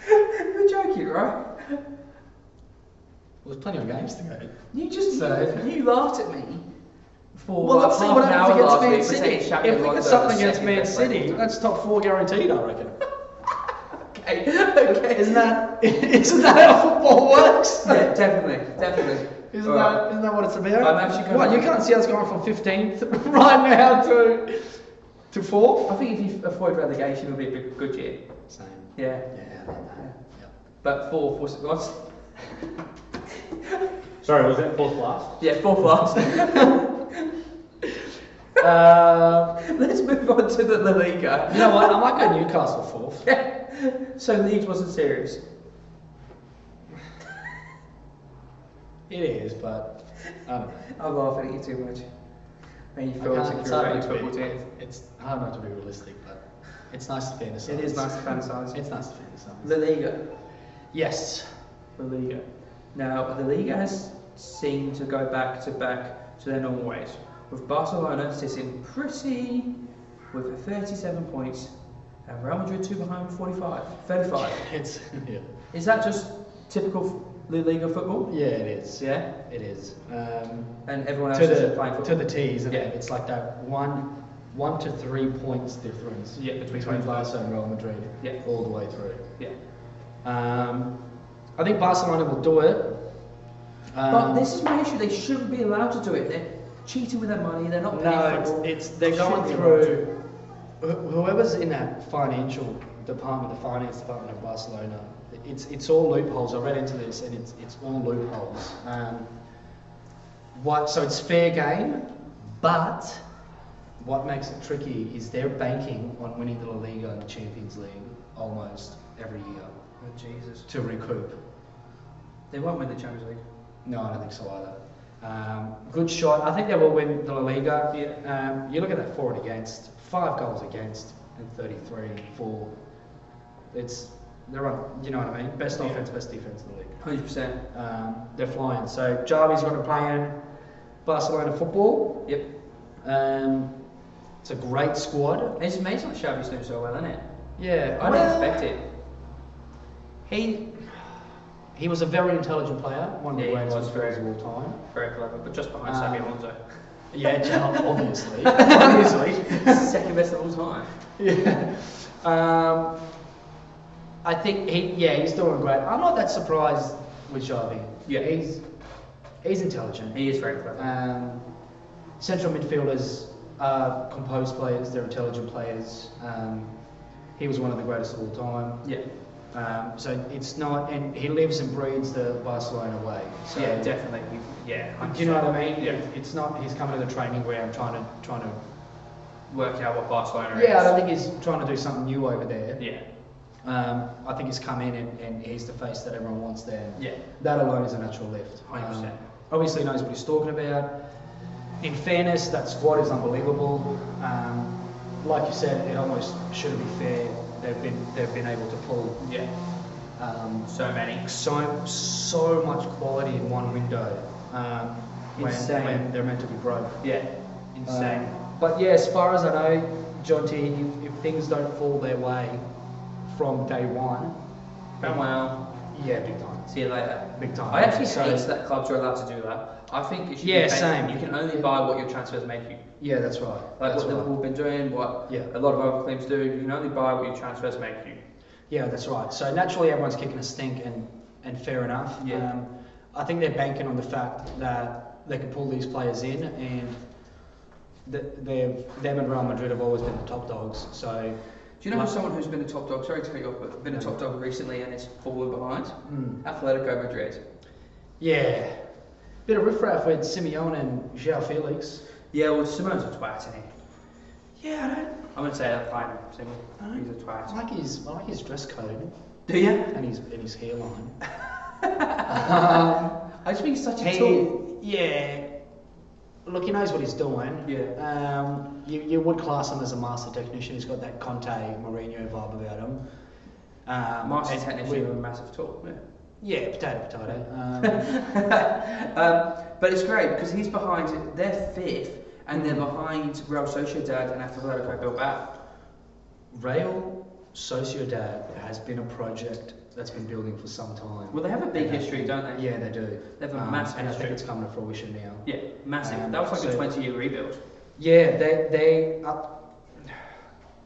C: You're joking, right?
B: Well, there's plenty of games to go.
C: You just
B: So-
C: you laughed at me for
B: Well,
C: like
B: let's see
C: half
B: what
C: an
B: happens against
C: hour last
B: Man
C: week for
B: City.
C: saying Xabi
B: If we
C: Alonso
B: get
C: is
B: something
C: the
B: against
C: second
B: Man
C: best player of
B: City,
C: all
B: [laughs]
C: time.
B: that's top four guaranteed, I reckon.
C: okay, okay.
B: Isn't that isn't that how football [laughs] works?
C: [laughs] Yeah, definitely, definitely.
B: Isn't
C: All right.
B: that isn't that what it's about?
C: Uh, I'm actually gonna-
B: What you can't see us going from fifteenth [laughs] right now to to
C: I
B: fourth.
C: think if you avoid relegation, it'll be a big, good year.
B: Same.
C: Yeah.
B: Yeah.
C: But fourth was was
E: [laughs] Sorry, was that fourth last?
C: yeah fourth last.
B: Uh,
C: [laughs] Let's move on to the La Liga. [laughs]
B: you know what? I might go Newcastle fourth.
C: so Leeds wasn't serious.
B: It is, but I don't know.
C: I'm laughing at you too much. Made you
B: I
C: feel
B: can't- it's
C: insecure
B: hard
C: about your
B: not to be-
C: football team.
B: It's hard not to be realistic, but it's nice to fantasy.
C: It is nice to fantasise.
B: It's nice to fantasy.
C: La Liga.
B: Yes.
C: La Liga. Now, the Liga has seemed to go back to back to their normal ways, with Barcelona sitting pretty with 37 points and Real Madrid two behind with 45, 35.
B: It's yeah.
C: Is that just typical La Liga football?
B: Yeah, it is.
C: Yeah.
B: It is. Um,
C: And everyone else
B: to
C: is
B: the
C: playing football.
B: to the T's, and
C: Yeah.
B: it's like that one one to three points difference
C: Yeah, between both.
B: Barca and Real Madrid
C: Yeah.
B: all the way through.
C: Yeah.
B: Um, I think Barcelona will do it. Um,
C: but this is my issue. They shouldn't be allowed to do it. They're cheating with their money. They're not. paying for
B: No,
C: it.
B: it's, it's they're
C: Shouldn't
B: going
C: be allowed to.
B: through wh- whoever's in that financial department, the finance department of Barcelona. It's it's all loopholes. I read into this, and it's it's all loopholes. Um, what so it's fair game, but what makes it tricky is they're banking on winning the La Liga and the Champions League almost every year
C: Oh, Jesus.
B: to recoup.
C: They won't win the Champions League.
B: No, I don't think so either. Um, good shot. I think they will win the La Liga. Um, you look at that for and against, five goals against, and 33 for. It's they're on. You know what I mean? Best
C: Yeah.
B: offense, best defense in the league.
C: Hundred percent.
B: Um, they're flying. So Javi's going to play in Barcelona football.
C: Yep.
B: Um, it's a great squad.
C: It's amazing that Xavi's doing so well, isn't it?
B: Yeah,
C: I
B: well,
C: didn't expect it.
B: He he was a very intelligent player. One of
C: Yeah,
B: the
C: he
B: greatest
C: was
B: players
C: very-
B: of all
C: [laughs]
B: time.
C: Very clever, but just behind
B: Um, [laughs]
C: Xabi Alonso.
B: Yeah, Javi,
C: [laughs]
B: obviously, obviously.
C: Second best of all time.
B: Yeah. Um, I think he, yeah, he's doing great. I'm not that surprised with Xavi.
C: Yeah.
B: he's he's intelligent.
C: He is very clever.
B: Um, central midfielders are composed players. They're intelligent players. Um, he was one of the greatest of all time.
C: Yeah.
B: Um, so it's not, and he lives and breathes the Barcelona way. So
C: yeah, definitely. He- Yeah.
B: Do you know what I mean?
C: Yeah.
B: It's not. He's coming to the training ground trying to trying to.
C: Work out what Barcelona
B: Yeah, I
C: is.
B: don't think he's trying to do something new over there.
C: yeah.
B: Um, I think he's come in and, and he's the face that everyone wants there.
C: Yeah.
B: That alone is a natural lift.
C: 100%.
B: Um, obviously knows what he's talking about. In fairness, that squad is unbelievable. Um, like you said, it almost shouldn't be fair. They've been they've been able to pull
C: Yeah.
B: um,
C: So many.
B: so so much quality in one window um, when,
C: Insane.
B: when they're meant to be broke.
C: Yeah. Insane.
B: Um, but yeah, as far as I know, John T, if, if things don't fall their way from day one,
C: Done well.
B: yeah, big time.
C: See you later.
B: Big time.
C: I actually
B: So-
C: hate that clubs are allowed to do that. I think it should
B: Yeah,
C: be based-
B: same.
C: You can only buy what your transfers make you.
B: Yeah, that's right.
C: Like
B: that's
C: what
B: right.
C: Liverpool have been doing, what
B: Yeah.
C: a lot of other clubs do. You can only buy what your transfers make you.
B: Yeah, that's right. So naturally, everyone's kicking a stink, and and fair enough.
C: Yeah.
B: Um, I think they're banking on the fact that they can pull these players in, and th- they've them and Real Madrid have always been the top dogs. So
C: Do you know
B: Like-
C: someone who's been a top dog? Sorry to cut you off, but been a top dog recently and is fallen behind. Atletico Madrid.
B: yeah, bit of riffraff with Simeone and Joao Felix.
C: Yeah, well, Simone's a twat, isn't he? Yeah, I don't. I'm gonna say that fine. Simone.
B: I don't-
C: He's a
B: I
C: twat.
B: like his I like his dress code
C: Do you?
B: and his and his
C: [laughs]
B: hairline.
C: I just think he's such a
B: He,
C: tool.
B: Uh, yeah. Look, he knows what he's doing.
C: Yeah.
B: Um, you, you would class him as a master technician. He's got that Conte Mourinho vibe about him. Um,
C: Master
B: and
C: technician, a
B: we-
C: massive tool. Yeah.
B: yeah, potato,
C: [laughs]
B: potato. Um,
C: um, but it's great because he's behind, they're fifth, and they're behind Real Sociedad and Atletico Bilbao.
B: Rail Sociedad has been a project that's been building for some time.
C: Well, they have a big
B: And, uh,
C: history, don't they?
B: Yeah, they do. Um,
C: They have a massive
B: And I think
C: history.
B: it's coming to fruition now.
C: Yeah, massive.
B: Um,
C: that was like a
B: so-
C: 20 year rebuild.
B: Yeah, they they. I,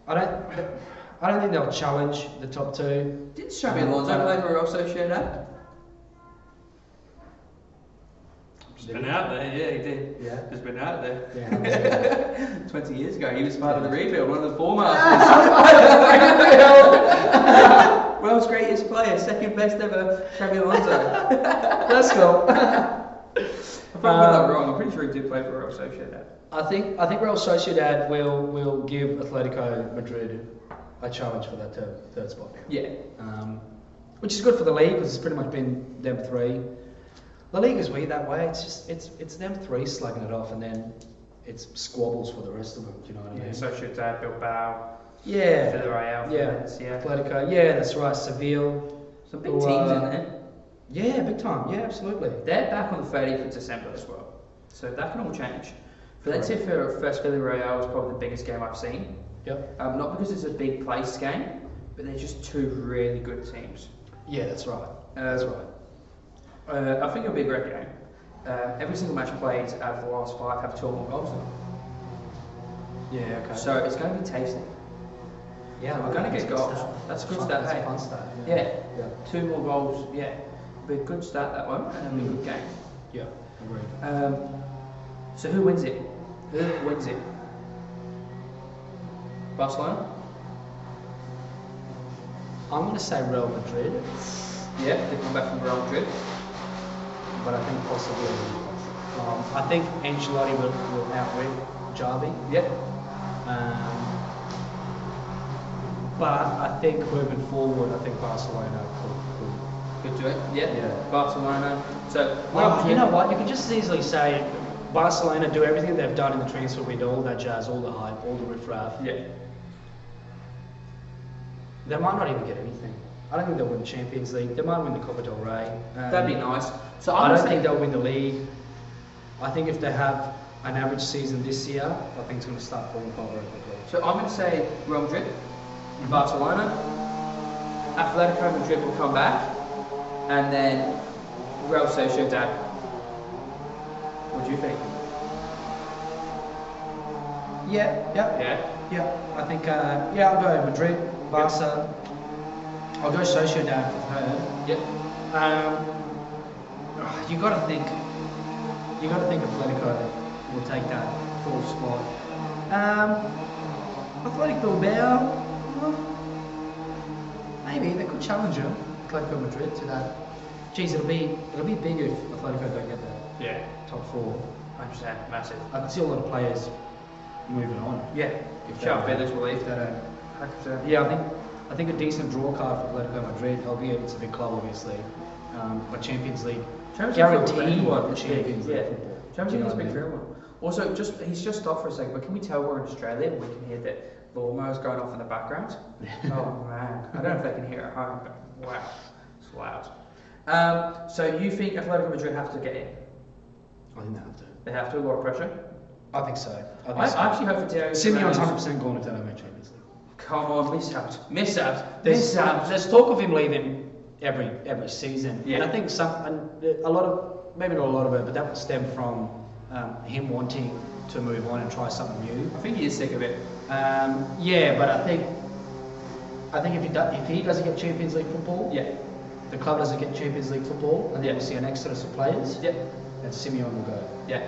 B: I don't. I don't think they'll challenge the top two.
C: Didn't Xabi Alonso
B: Uh,
C: play for Real Sociedad? Just been out there, yeah, he did.
B: Yeah.
C: Just been out there.
B: Yeah.
C: [laughs] 20 years ago, he was part of the rebuild, one of the [laughs] formats. World's greatest player, second best ever, Xabi [laughs] Alonso.
B: Let's go.
C: If I
B: Um,
C: got that wrong, I'm pretty sure he did play for Real Sociedad.
B: I think I think Real Sociedad will will give Atletico Madrid a challenge for that ter- third spot,
C: Yeah.
B: um, which is good for the league because it's pretty much been them three. La Liga's weird that way. It's just it's it's them three slugging it off, and then it's squabbles for the rest of them. Do you know what I mean?
C: Yeah, so should uh, Bilbao,
B: yeah.
C: Villarreal,
B: Yeah.
C: Fluminense, yeah.
B: Atletico. Yeah, that's right. Seville.
C: Some big
B: Who,
C: teams in
B: uh,
C: there.
B: Yeah, big time. Yeah, absolutely.
C: They're back on the 30th of December as well, so that can all change. Valencia for first Villarreal is probably the biggest game I've seen.
B: Yep.
C: Um, not because it's a big place game, but they're just two really good teams.
B: Yeah, that's right.
C: Uh,
B: That's right.
C: Uh, I think it'll be a great game. Uh, every single match played out of the last five have two or more goals in them.
B: Yeah. Okay.
C: So it's going to be tasty.
B: yeah,
C: so we're
B: I
C: gonna
B: think
C: get
B: that's
C: goals.
B: stuff.
C: That's good
B: Fun-
C: stuff,
B: That's
C: hey?
B: a fun stuff.
C: Yeah.
B: Yeah.
C: Two more goals, yeah. Be a good start that one, and it'll be a good game.
B: Yeah. Agreed.
C: Um, so who wins it? Who wins it? Barcelona?
B: I'm gonna say Real Madrid,
C: Yeah, they come back from Real Madrid.
B: but I think possibly. Um, I think Ancelotti will, will outwit Javi.
C: Yep.
B: Um, but I think moving forward, I think Barcelona could. could
C: Good to it. Yeah.
B: Yeah.
C: Barcelona. So
B: Well,
C: Real
B: you know
C: Madrid-
B: what? You could just as easily say Barcelona do everything they've done in the transfer window, all that jazz, all the hype, all the riffraff.
C: Yeah.
B: They might not even get anything. I don't think they'll win the Champions League. They might win the Copa del Rey. Um,
C: That'd be nice. So
B: I
C: I'm
B: don't think they'll win the league. I think if they have an average season this year, I think it's going to start falling apart very quickly.
C: So I'm going to say Real Madrid, Barcelona, Atletico Madrid will come back, and then Real Sociedad. What do you think?
B: Yeah, yeah,
C: Yeah.
B: yeah. I think, uh, yeah, I'll go Madrid, Barca. I'll go Sociedad for third.
C: Yep.
B: Um, you got to think. You got to think Atletico will take that full spot. Um, Athletic Bilbao, well, maybe they could challenge them. Atletico Madrid to that. Geez, it'll be it'll be big if Atletico don't get the
C: Yeah.
B: top four.
C: 100%. Massive.
B: I can see a lot of players moving on.
C: Yeah.
B: If
C: If
B: they
C: Charles
B: don't.
C: Bellers will leave.
B: If they don't.
C: 100%.
B: Yeah, I think I think a decent draw card for Atletico Madrid, albeit it's a big club, obviously. Um, but Champions League,
C: Champions League for
B: guaranteed
C: anyone.
B: Champions League
C: Yeah.
B: football.
C: Champions League's
B: Do
C: big
B: you
C: for
B: know what
C: everyone. Also, just he's just stopped for a second, but can we tell we're in Australia? We can hear that the lawnmower's going off in the background. oh man, I don't know if they can hear it at home, but wow, it's loud. Um, so you think Atletico Madrid have to get in?
B: I think they have to.
C: They have to, a lot of pressure.
B: I think so.
C: I,
B: I think
C: I
B: so.
C: actually hope for Diego.
B: Simeon's
C: Simeone-
B: 100% gone if they don't make Champions League.
C: Come on, miss out, miss out,
B: There's,
C: miss out.
B: there's talk of him leaving every every season, and
C: Yeah.
B: I think some and a lot of maybe not a lot of it, but that would stem from um, him wanting to move on and try something new.
C: I think he is sick of it.
B: Um, yeah, but I think I think if he do, if he doesn't get Champions League football,
C: Yeah.
B: the club doesn't get Champions League football, and then
C: Yeah.
B: we'll see an exodus of players,
C: Yep.
B: and Simeon will go
C: Yeah.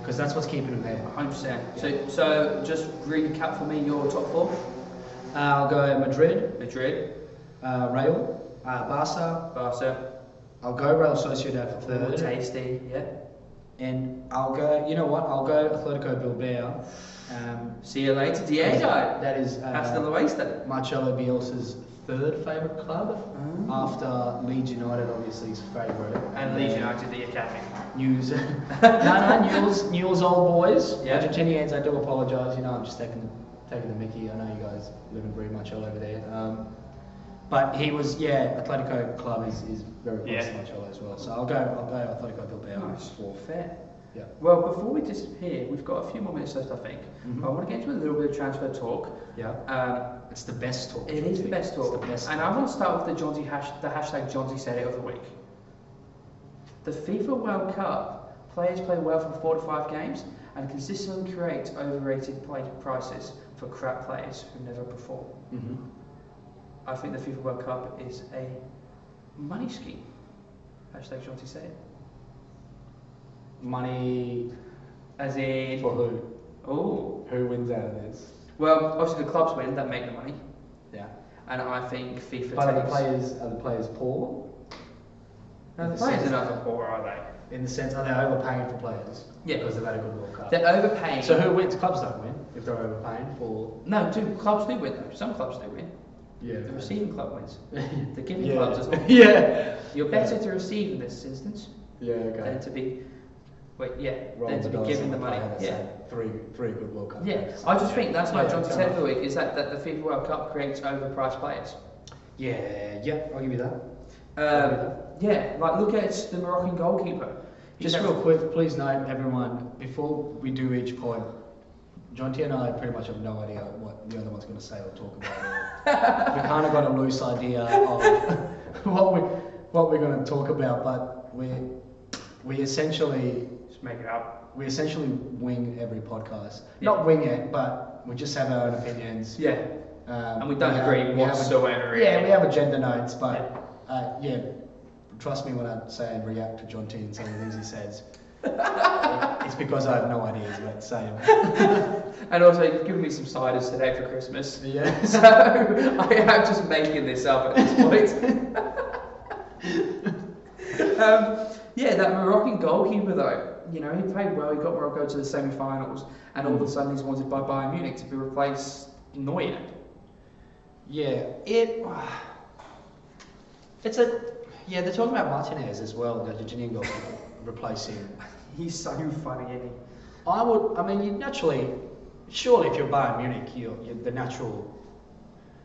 B: because that's what's keeping him there.
C: 100%. So, so just recap for me your top four.
B: Uh, I'll go Madrid,
C: Madrid,
B: uh, Real, uh, Barca.
C: Barca,
B: I'll go Real Sociedad for
C: all
B: third,
C: tasty, yeah.
B: and I'll go. You know what? I'll go Atletico Bilbao. Um,
C: See you later, Diego.
B: That is
C: Hasta la
B: uh,
C: vista.
B: Marcelo Bielsa's third favourite club
C: Oh.
B: after Leeds United, obviously his favourite.
C: And Leeds United, the academy.
B: News. no, no, Newell's, Newell's old boys.
C: Yeah.
B: Argentinians, I do apologise. You know, I'm just taking the, taking the mickey. I know you guys live and breathe much all over there. Um, but he was, yeah, Atletico club is, is very close
C: Yeah.
B: to Montreal as well. So I'll go, I'll go Atletico Bilbao.
C: Nice.
B: for-
C: Fair.
B: Yeah.
C: Well, before we disappear, we've got a few more minutes left, I think.
B: Mhm.
C: I want to get into a little bit of transfer talk.
B: Yeah.
C: Um,
B: It's the best talk.
C: it is the
B: Jordi.
C: best talk.
B: It's the best.
C: and I want to start with the Johnsy hash, the hashtag Johnsy said it of the week. The FIFA World Cup players play well from four to five games and consistently create overrated play prices for crap players who never perform.
B: Mhm.
C: I think the FIFA World Cup is a money scheme. Hashtag Shanti say it.
B: Money
C: As in,
E: For who?
C: oh,
E: Who wins out of this?
C: well, obviously the clubs win, that make the money,
B: Yeah.
C: and I think FIFA.
B: But are the
C: takes-
B: players are the players poor?
C: No, the players are not poor, are they?
B: In the sense, are they overpaying for players?
C: Yeah.
B: Because they've had a good World Cup.
C: They're overpaying.
B: So who wins? Clubs don't win if they're overpaying for.
C: No, do clubs do win though? Some clubs do win.
B: Yeah.
C: The receiving club wins. The giving
B: yeah. [laughs]
C: club does not.
B: yeah.
C: You're better to receive in this instance.
F: Yeah,
C: than
F: okay.
C: to be, wait, yeah,
F: Rolling
C: than to
F: the
C: be
F: dice
C: given
F: on
C: the money.
F: finance,
C: Yeah.
F: eh? Three, three good World Cup.
C: Yeah,
F: games.
C: I just think that's my
F: Yeah,
C: job to
F: fair
C: say
F: enough.
C: for the week is that, that the FIFA World Cup creates overpriced players.
B: Yeah, yeah, I'll give you that.
C: Um, yeah, like look at the Moroccan goalkeeper. He's
B: Just
C: had-
B: real quick, please note everyone, before we do each point, John T and I pretty much have no idea what the other one's going to say or talk [laughs] about. we kind of got a loose idea of [laughs] what we what we're going to talk about, but we we essentially
C: Just make it up.
B: we essentially wing every podcast.
C: Yeah.
B: Not wing it, but we just have our own opinions.
C: Yeah,
B: Um,
C: and we don't
B: have-
C: agree
B: we have a-
C: whatsoever.
B: yeah, we have agenda notes, but uh, yeah, trust me when I say and react to John T and some of the things he
C: [laughs]
B: says. it's because I have no idea he's about to say them.
C: [laughs] And also, you've given me some ciders today for Christmas.
B: Yeah.
C: [laughs] So I am just making this up at this [laughs] point. um, yeah, that Moroccan goalkeeper though, you know, he played well. He got Morocco to the semi-finals, and all of a sudden he's wanted by Bayern Munich to be replaced Neuer.
B: Yeah, it. It's a. Yeah, they're talking about Martinez as well, the Argentinian goalkeeper, replacing.
C: He's so funny, isn't he?
B: I would. I mean, you naturally, surely, if you're Bayern Munich, you're, you the natural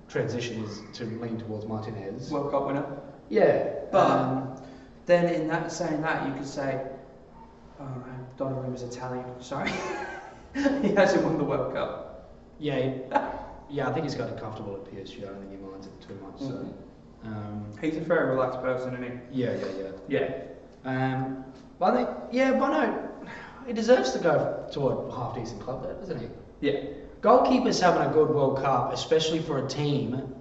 B: transition is to lean towards Martinez.
C: World Cup winner.
B: yeah,
C: But
B: um,
C: then, in that saying that, you could say, oh no, Donnarumma's Italian. Sorry, [laughs] he hasn't won the World Cup.
B: Yeah, he- [laughs] yeah, I think he's got it comfortable at PSG. I don't think he minds it too much. So, um,
C: He's a very relaxed person, isn't he?
B: yeah, yeah, yeah.
C: Yeah.
B: Um, but I think, yeah, Bono, he deserves to go to a half decent club, though, doesn't he?
C: Yeah.
B: Goalkeepers having a good World Cup, especially for a team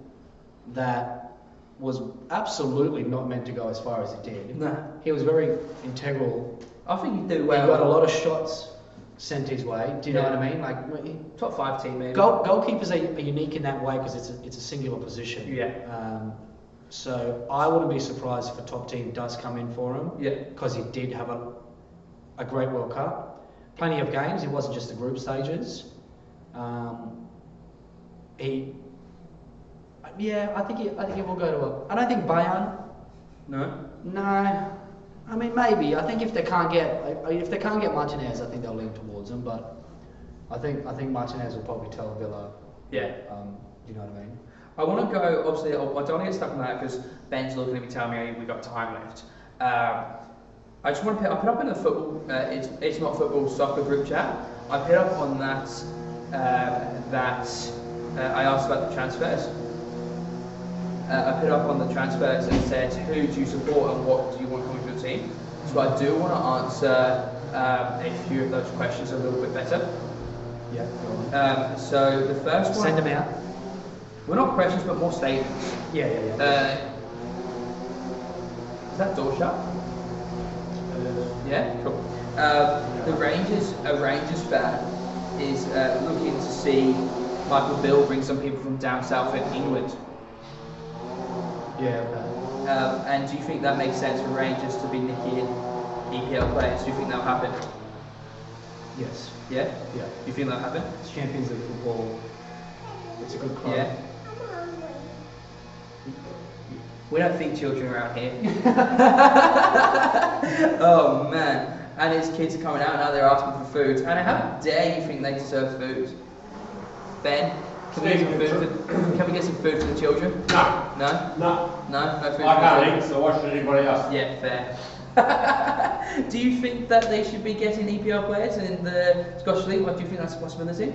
B: that was absolutely not meant to go as far as it did.
C: Nah.
B: He was very integral.
C: I think you do
B: He
C: well.
B: got a lot of shots sent his way. Do you know
C: Yeah.
B: what I mean? Like, he-
C: top five team maybe.
B: Goal, goalkeepers are, are unique in that way because it's a, it's a singular position.
C: Yeah.
B: Um, so I wouldn't be surprised if a top team does come in for him
C: Yeah.
B: because he did have a, a great World Cup, plenty of games. It wasn't just the group stages. Um, he, yeah, I think he, I think he will go to a. I don't think Bayern.
C: No.
B: No, I mean maybe. I think if they can't get I- I- if they can't get Martinez, I think they'll lean towards him. But I think I think Martinez will probably tell Villa.
C: Yeah.
B: Um, you know what I mean?
C: I want to go. Obviously, I I don't want to get stuck on that because Ben's looking at me telling me "Hey, we got time left. Um, I just want to. Put, I put up in the football. Uh, it's it's not football soccer group chat. I put up on that uh, that uh, I asked about the transfers. Uh, I put up on the transfers and said who do you support and what do you want coming to your team. So I do want to answer um, a few of those questions a little bit better.
B: Yeah. Go on.
C: Um, so the first one.
B: Send them out.
C: We're not questions, but more statements.
B: Yeah, yeah, yeah.
C: Uh, is that door shut? Yeah, cool. Uh, the Rangers, a Rangers fan, is uh, looking to see Michael Bill bring some people from down south in England.
B: yeah. uh, Okay.
C: Um, and do you think that makes sense for Rangers to be nicking EPL players? Do you think that'll happen?
B: Yes.
C: Yeah.
B: Yeah.
C: Do you think that'll happen?
B: It's Champions League football. It's a good club.
C: Yeah. We don't feed children around here. [laughs] oh man. And his kids are coming out now, they're asking for food. And how dare you think they deserve food? Ben, can we get some food for, [coughs] can we get some food for the children?
E: No,
C: No?
E: no.
C: No? No food for
E: I
C: the children?
E: can't eat, so why should anybody else?
C: Yeah, fair. [laughs] do you think that they should be getting EPL players in the Scottish League? What do you think that's a possibility?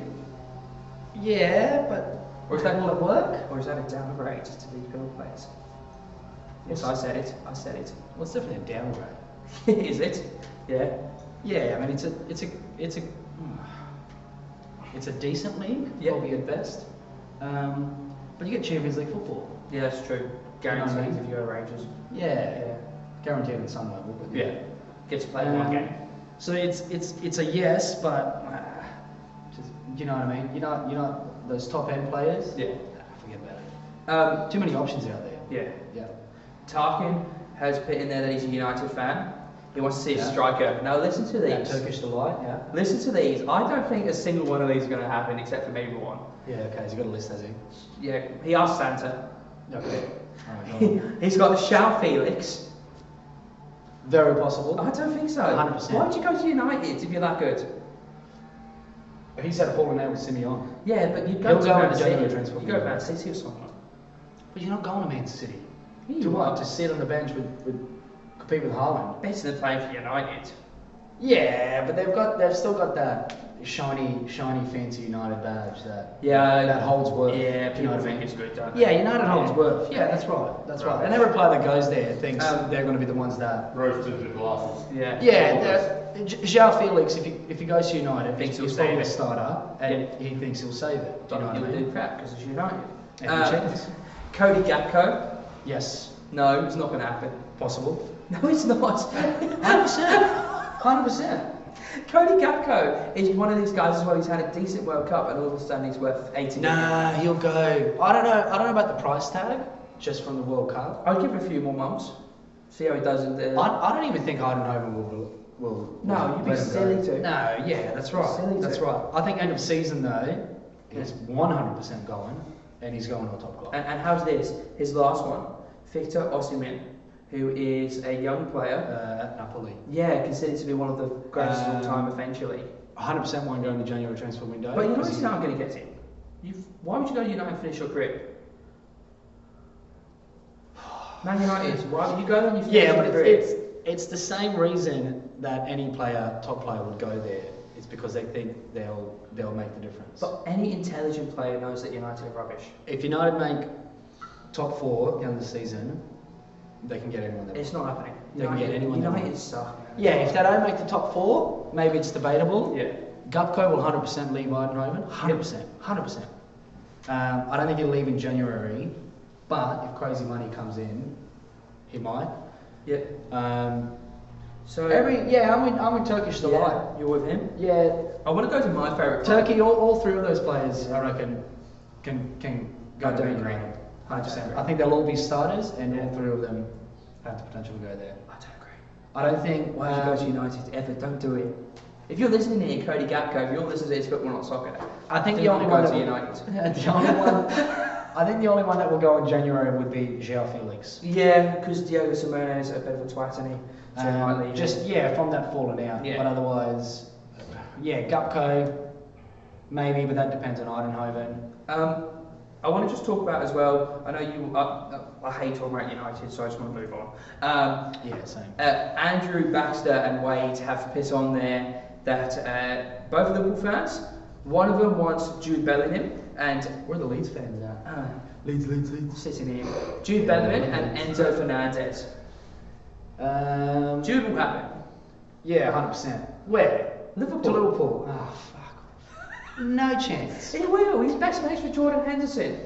B: Yeah, but
C: Or is that
B: will it work?
C: Or is that a downgrade to the EPL players? Yes, I said it. I said it.
B: Well, it's definitely a downgrade.
C: [laughs] is it? Yeah.
B: Yeah, I mean it's a it's a it's a it's a decent league,
C: Yeah.
B: probably at best. Um, but you get Champions League football.
C: Yeah, that's true.
B: Guaranteed
C: Guaranteed
B: if
C: if you go Rangers.
B: Yeah, guaranteed at some level. But
C: Get to play
B: Um,
C: one game.
B: So it's it's it's a yes, but uh, just, you know what I mean. You're not you're not those top end players.
C: Yeah.
B: Nah, forget about it.
C: Um,
B: Too many options out there.
C: yeah.
B: Yeah.
C: Tarkin has put in there that he's a United fan. He wants to see
B: Yeah.
C: a striker. Now listen to
B: That
C: these.
B: Turkish delight. Yeah.
C: Listen to these. I don't think a single one of these is going to happen, except for maybe one.
B: Yeah. Okay. He's got a list, has he?
C: Yeah. He asked Santa.
B: Oh.
C: [laughs]
B: Okay. All right, go on.
C: He's got Shao Felix.
B: [laughs] Very possible.
C: I don't think so.
B: 100%.
C: Why would you go to United if you're that good?
B: He's had a falling out with Simeon.
C: Yeah, but you'd
B: He'll
C: go to
B: go in
C: Man
B: the
C: City.
B: January transfer
C: You go to Man City or someone.
B: But you're not going to Man City.
C: Yeah,
B: to
C: you
B: what?
C: are.
B: To sit on the bench with, with compete with Haaland.
C: Better than playing for United.
B: Yeah, but they've got they've still got that shiny shiny fancy United badge that
C: Yeah,
B: that holds worth.
C: Yeah,
B: you know
C: people
B: what I
C: think
B: mean?
C: it's good, don't they?
B: Yeah, United holds worth. Yeah, that's right. That's right.
C: Right.
B: And every player that goes there thinks
C: Um,
B: they're going to be the ones that.
E: Roasted with glasses.
C: Yeah.
B: Yeah, that- J- João Felix, if he, if he goes to United,
C: Thinks he'll
B: he's probably
C: save
B: a
C: it.
B: starter, and he thinks he'll save it. Do you know
C: But
B: what I
C: you'll do
B: mean?
C: crap because it's United.
B: And
C: Um,
B: Chance.
C: Cody Gakpo?
B: Yes,
C: No, it's not going to happen.
B: possible.
C: [laughs] No, it's not.
B: Hundred percent. Hundred percent.
C: Cody Gakpo is one of these guys as well. He's had a decent World Cup and all of a sudden he's worth 80 million.
B: Nah, he'll go. I don't know. I don't know about the price tag, just from the World Cup.
C: I'll give it a few more months. See how he does in the.
B: I, I don't even think Idenhoven will. will
C: No,
B: will
C: you'd be
B: let him go.
C: silly to.
B: No, yeah, that's right.
C: Silly to.
B: that's right. I think end of season though, he's one hundred percent going, and he's going to a top club.
C: And, and how's this? His last one, Victor Osimhen, who is a young
B: Uh,
C: player.
B: at Napoli,
C: Yeah, considered to be one of the greatest of all time eventually.
B: one hundred percent won't go in the January transfer window.
C: But you
B: because
C: obviously
B: he-
C: aren't going to get him. You've, why would you go to United and finish your career? Man United, why would you go and you finish
B: Yeah,
C: your
B: but
C: career?
B: it's, it's it's the same reason that any player, top player, would go there. It's because they think they'll they'll make the difference.
C: But any intelligent player knows that United are rubbish.
B: If United make top four at the end of the season, they can get anyone they want.
C: It's not happening.
B: They can get anyone they
C: United
B: want.
C: suck.
B: Yeah, if they don't make the top four, maybe it's debatable.
C: Yeah.
B: Gupko will 100% leave Eindhoven. 100%. 100%. Um, I don't think he'll leave in January, but if crazy money comes in, he might.
C: Yeah.
B: Um,
C: So
B: every yeah, I'm with, I'm with Turkish
C: yeah,
B: delight.
C: you're with him.
B: Yeah,
C: I want to go to my favourite. club.
B: Turkey. All, all three of those players, I reckon, can can go
C: I
B: to
C: don't
B: Man
C: agree.
B: United.
C: I don't
B: 100%.
C: agree.
B: I think they'll all be starters, and
C: Yeah.
B: all three of them have the potential to go there.
C: I don't agree.
B: I don't think.
C: Why
B: um,
C: would you go to United ever? Don't do it. If you're listening here, Cody Gapco, if you're listening to this football not soccer,
B: I think
C: do
B: the
C: not
B: only
C: go
B: one
C: to
B: that- [laughs]
C: United.
B: the only one. I think the only one that will go in January would be João Felix.
C: Yeah, because Diego Simeone is a bit of a twat, isn't he? So he might
B: Um,
C: leave.
B: just yeah, from that falling out.
C: Yeah.
B: But otherwise, yeah, Gupko, maybe, but that depends on Idenhoven.
C: Um, I want to just talk about as well. I know you. Uh, I hate talking about United, so I just want to move on. Um,
B: Yeah, same.
C: uh, Andrew Baxter and Wade have put on there that uh, both Liverpool fans. One of them wants Jude Bellingham and
B: We're the Leeds fans now.
C: uh,
B: Leeds, Leeds, Leeds.
C: sitting here Jude Bellingham and Enzo Fernandez.
B: Um,
C: Jude will happen.
B: yeah, hundred percent. Where?
C: Liverpool.
B: To Liverpool. Ah, fuck. No chance.
C: He will. He's best mates with Jordan Henderson.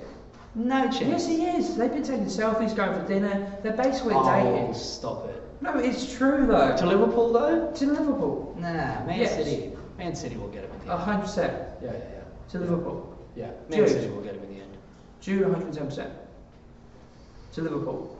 B: No chance.
C: Yes, he is. They've been taking selfies, going for dinner. They're basically
B: Oh,
C: dating.
B: stop it.
C: No, it's true though.
B: To Liverpool though?
C: to Liverpool.
B: Nah, Man
C: Yes.
B: City. Man City will get him in the
C: A
B: end.
C: hundred percent
B: Yeah, yeah, yeah.
C: to Liverpool.
B: Yeah, Man
C: Dude.
B: City will get him in the end.
C: Jude, one hundred ten percent to Liverpool.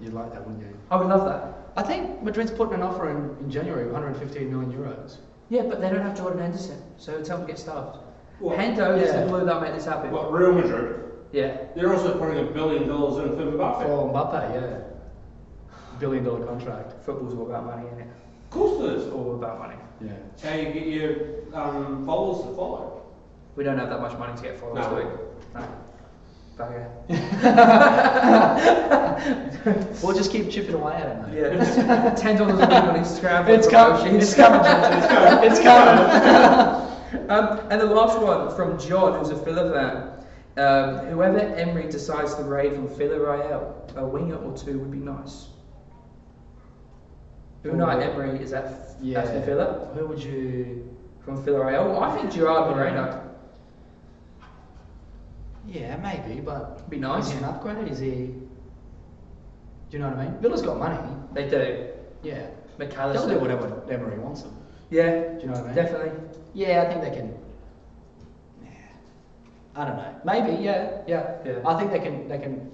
B: You'd like that, wouldn't you?
C: I would love that.
B: I think Madrid's putting an offer in, in January, 115 million euros.
C: Yeah, but they don't have Jordan Henderson, so tell them to get starved.
E: Well,
C: Hendo is
B: yeah.
C: the glue that made this happen.
E: But Real Madrid,
C: Yeah,
E: they're also putting a billion dollars in for Mbappe.
B: For Oh, Mbappe, yeah. [sighs] Billion dollar contract.
C: football's all about money, isn't it?
E: of course it
C: It's
E: is.
C: all about money.
B: Yeah.
E: It's how you get your um, followers to follow.
C: We don't have that much money to get followers,
E: No.
C: do we? No. Bugger.
B: [laughs] We'll just keep chipping away at it, mate.
C: [laughs] Yeah, ten dollars a week on Instagram. for
B: It's coming.
C: promotions.
B: It's
C: [laughs]
B: coming, Johnson. [laughs] It's coming. It's coming.
C: Um, and the last one from John, who's a Villa fan. Um, whoever Emery decides to raid from Villarreal, a winger or two would be nice. Unai Emery is at F-
B: Yeah.
C: Aston Villa
B: Who would you?
C: from Villarreal. Well, I think Gerard Moreno.
B: Yeah, maybe, but
C: Be nice.
B: Is he an upgrade? Is he? Do you know what I mean? Villa's got money.
C: They do.
B: Yeah. They'll do
C: McAllister.
B: whatever Emery wants them.
C: Yeah,
B: Do you know what I mean?
C: definitely.
B: Yeah, I think they can. Nah, I don't know. Maybe, yeah, yeah,
C: Yeah.
B: I think they can. They can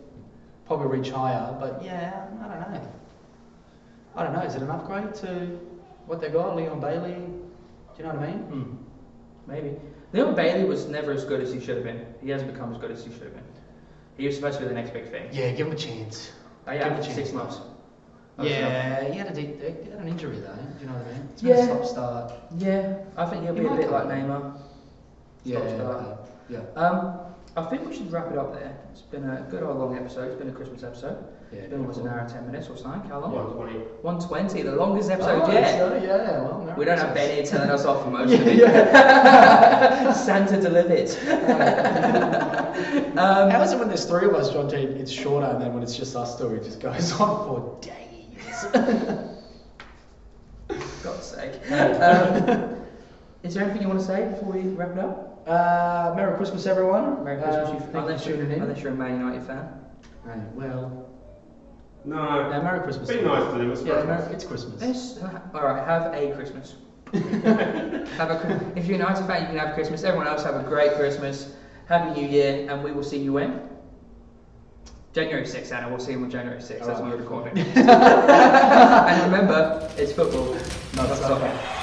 B: probably reach higher, but yeah, I don't know. I don't know. Is it an upgrade to what they got, Leon Bailey? Do you know what I mean?
C: Hmm. Maybe. Leon Bailey was never as good as he should have been. He hasn't become as good as he should have been. He was supposed to be the next big thing.
B: Yeah, give him a chance.
C: Oh, yeah,
B: Give him a
C: six
B: chance.
C: months. That was
B: Yeah, he had, a deep, he had an injury though. Do you know what I mean? It's been
C: Yeah.
B: a stop start.
C: Yeah, I think he'll be
B: He
C: a
B: might
C: bit
B: come
C: like
B: back.
C: Neymar.
B: Yeah,
C: Stop start.
B: okay. yeah,
C: Um, I think we should wrap it up there. It's been a good old long episode. It's been a Christmas episode.
B: yeah.
C: It's been almost an hour and ten minutes or something. How long?
E: One twenty.
C: 120, the longest episode
B: Oh,
C: yet.
B: so, yeah, well, Merry
C: We don't have
B: Christmas.
C: Benny telling us off for most of
B: [laughs]
C: it. [laughs] Santa delivered. um,
F: How is it when there's three of us, John T? It's shorter, and then when it's just us two, it just goes
B: [laughs]
F: on for days.
C: for God's sake. Um, is there anything you want to say before we wrap it up?
B: Uh, Merry Christmas, everyone.
C: Merry Christmas,
B: Um,
C: you
B: thanks
C: unless,
B: for tuning
C: you're,
B: in.
C: unless you're a Man United fan.
B: Right, well,
E: No.
B: yeah, Merry Christmas.
E: Be nice to them. It's
B: Yeah,
E: Christmas.
B: Merry, it's Christmas.
C: Yes. All right, have a Christmas. have a, Chri- if you're a United fan, you can have Christmas. Everyone else, have a great Christmas. Happy New Year, and we will see you when? January 6th, Anna. We'll see you on January 6th. That's when we're recording. and remember, it's football, not soccer.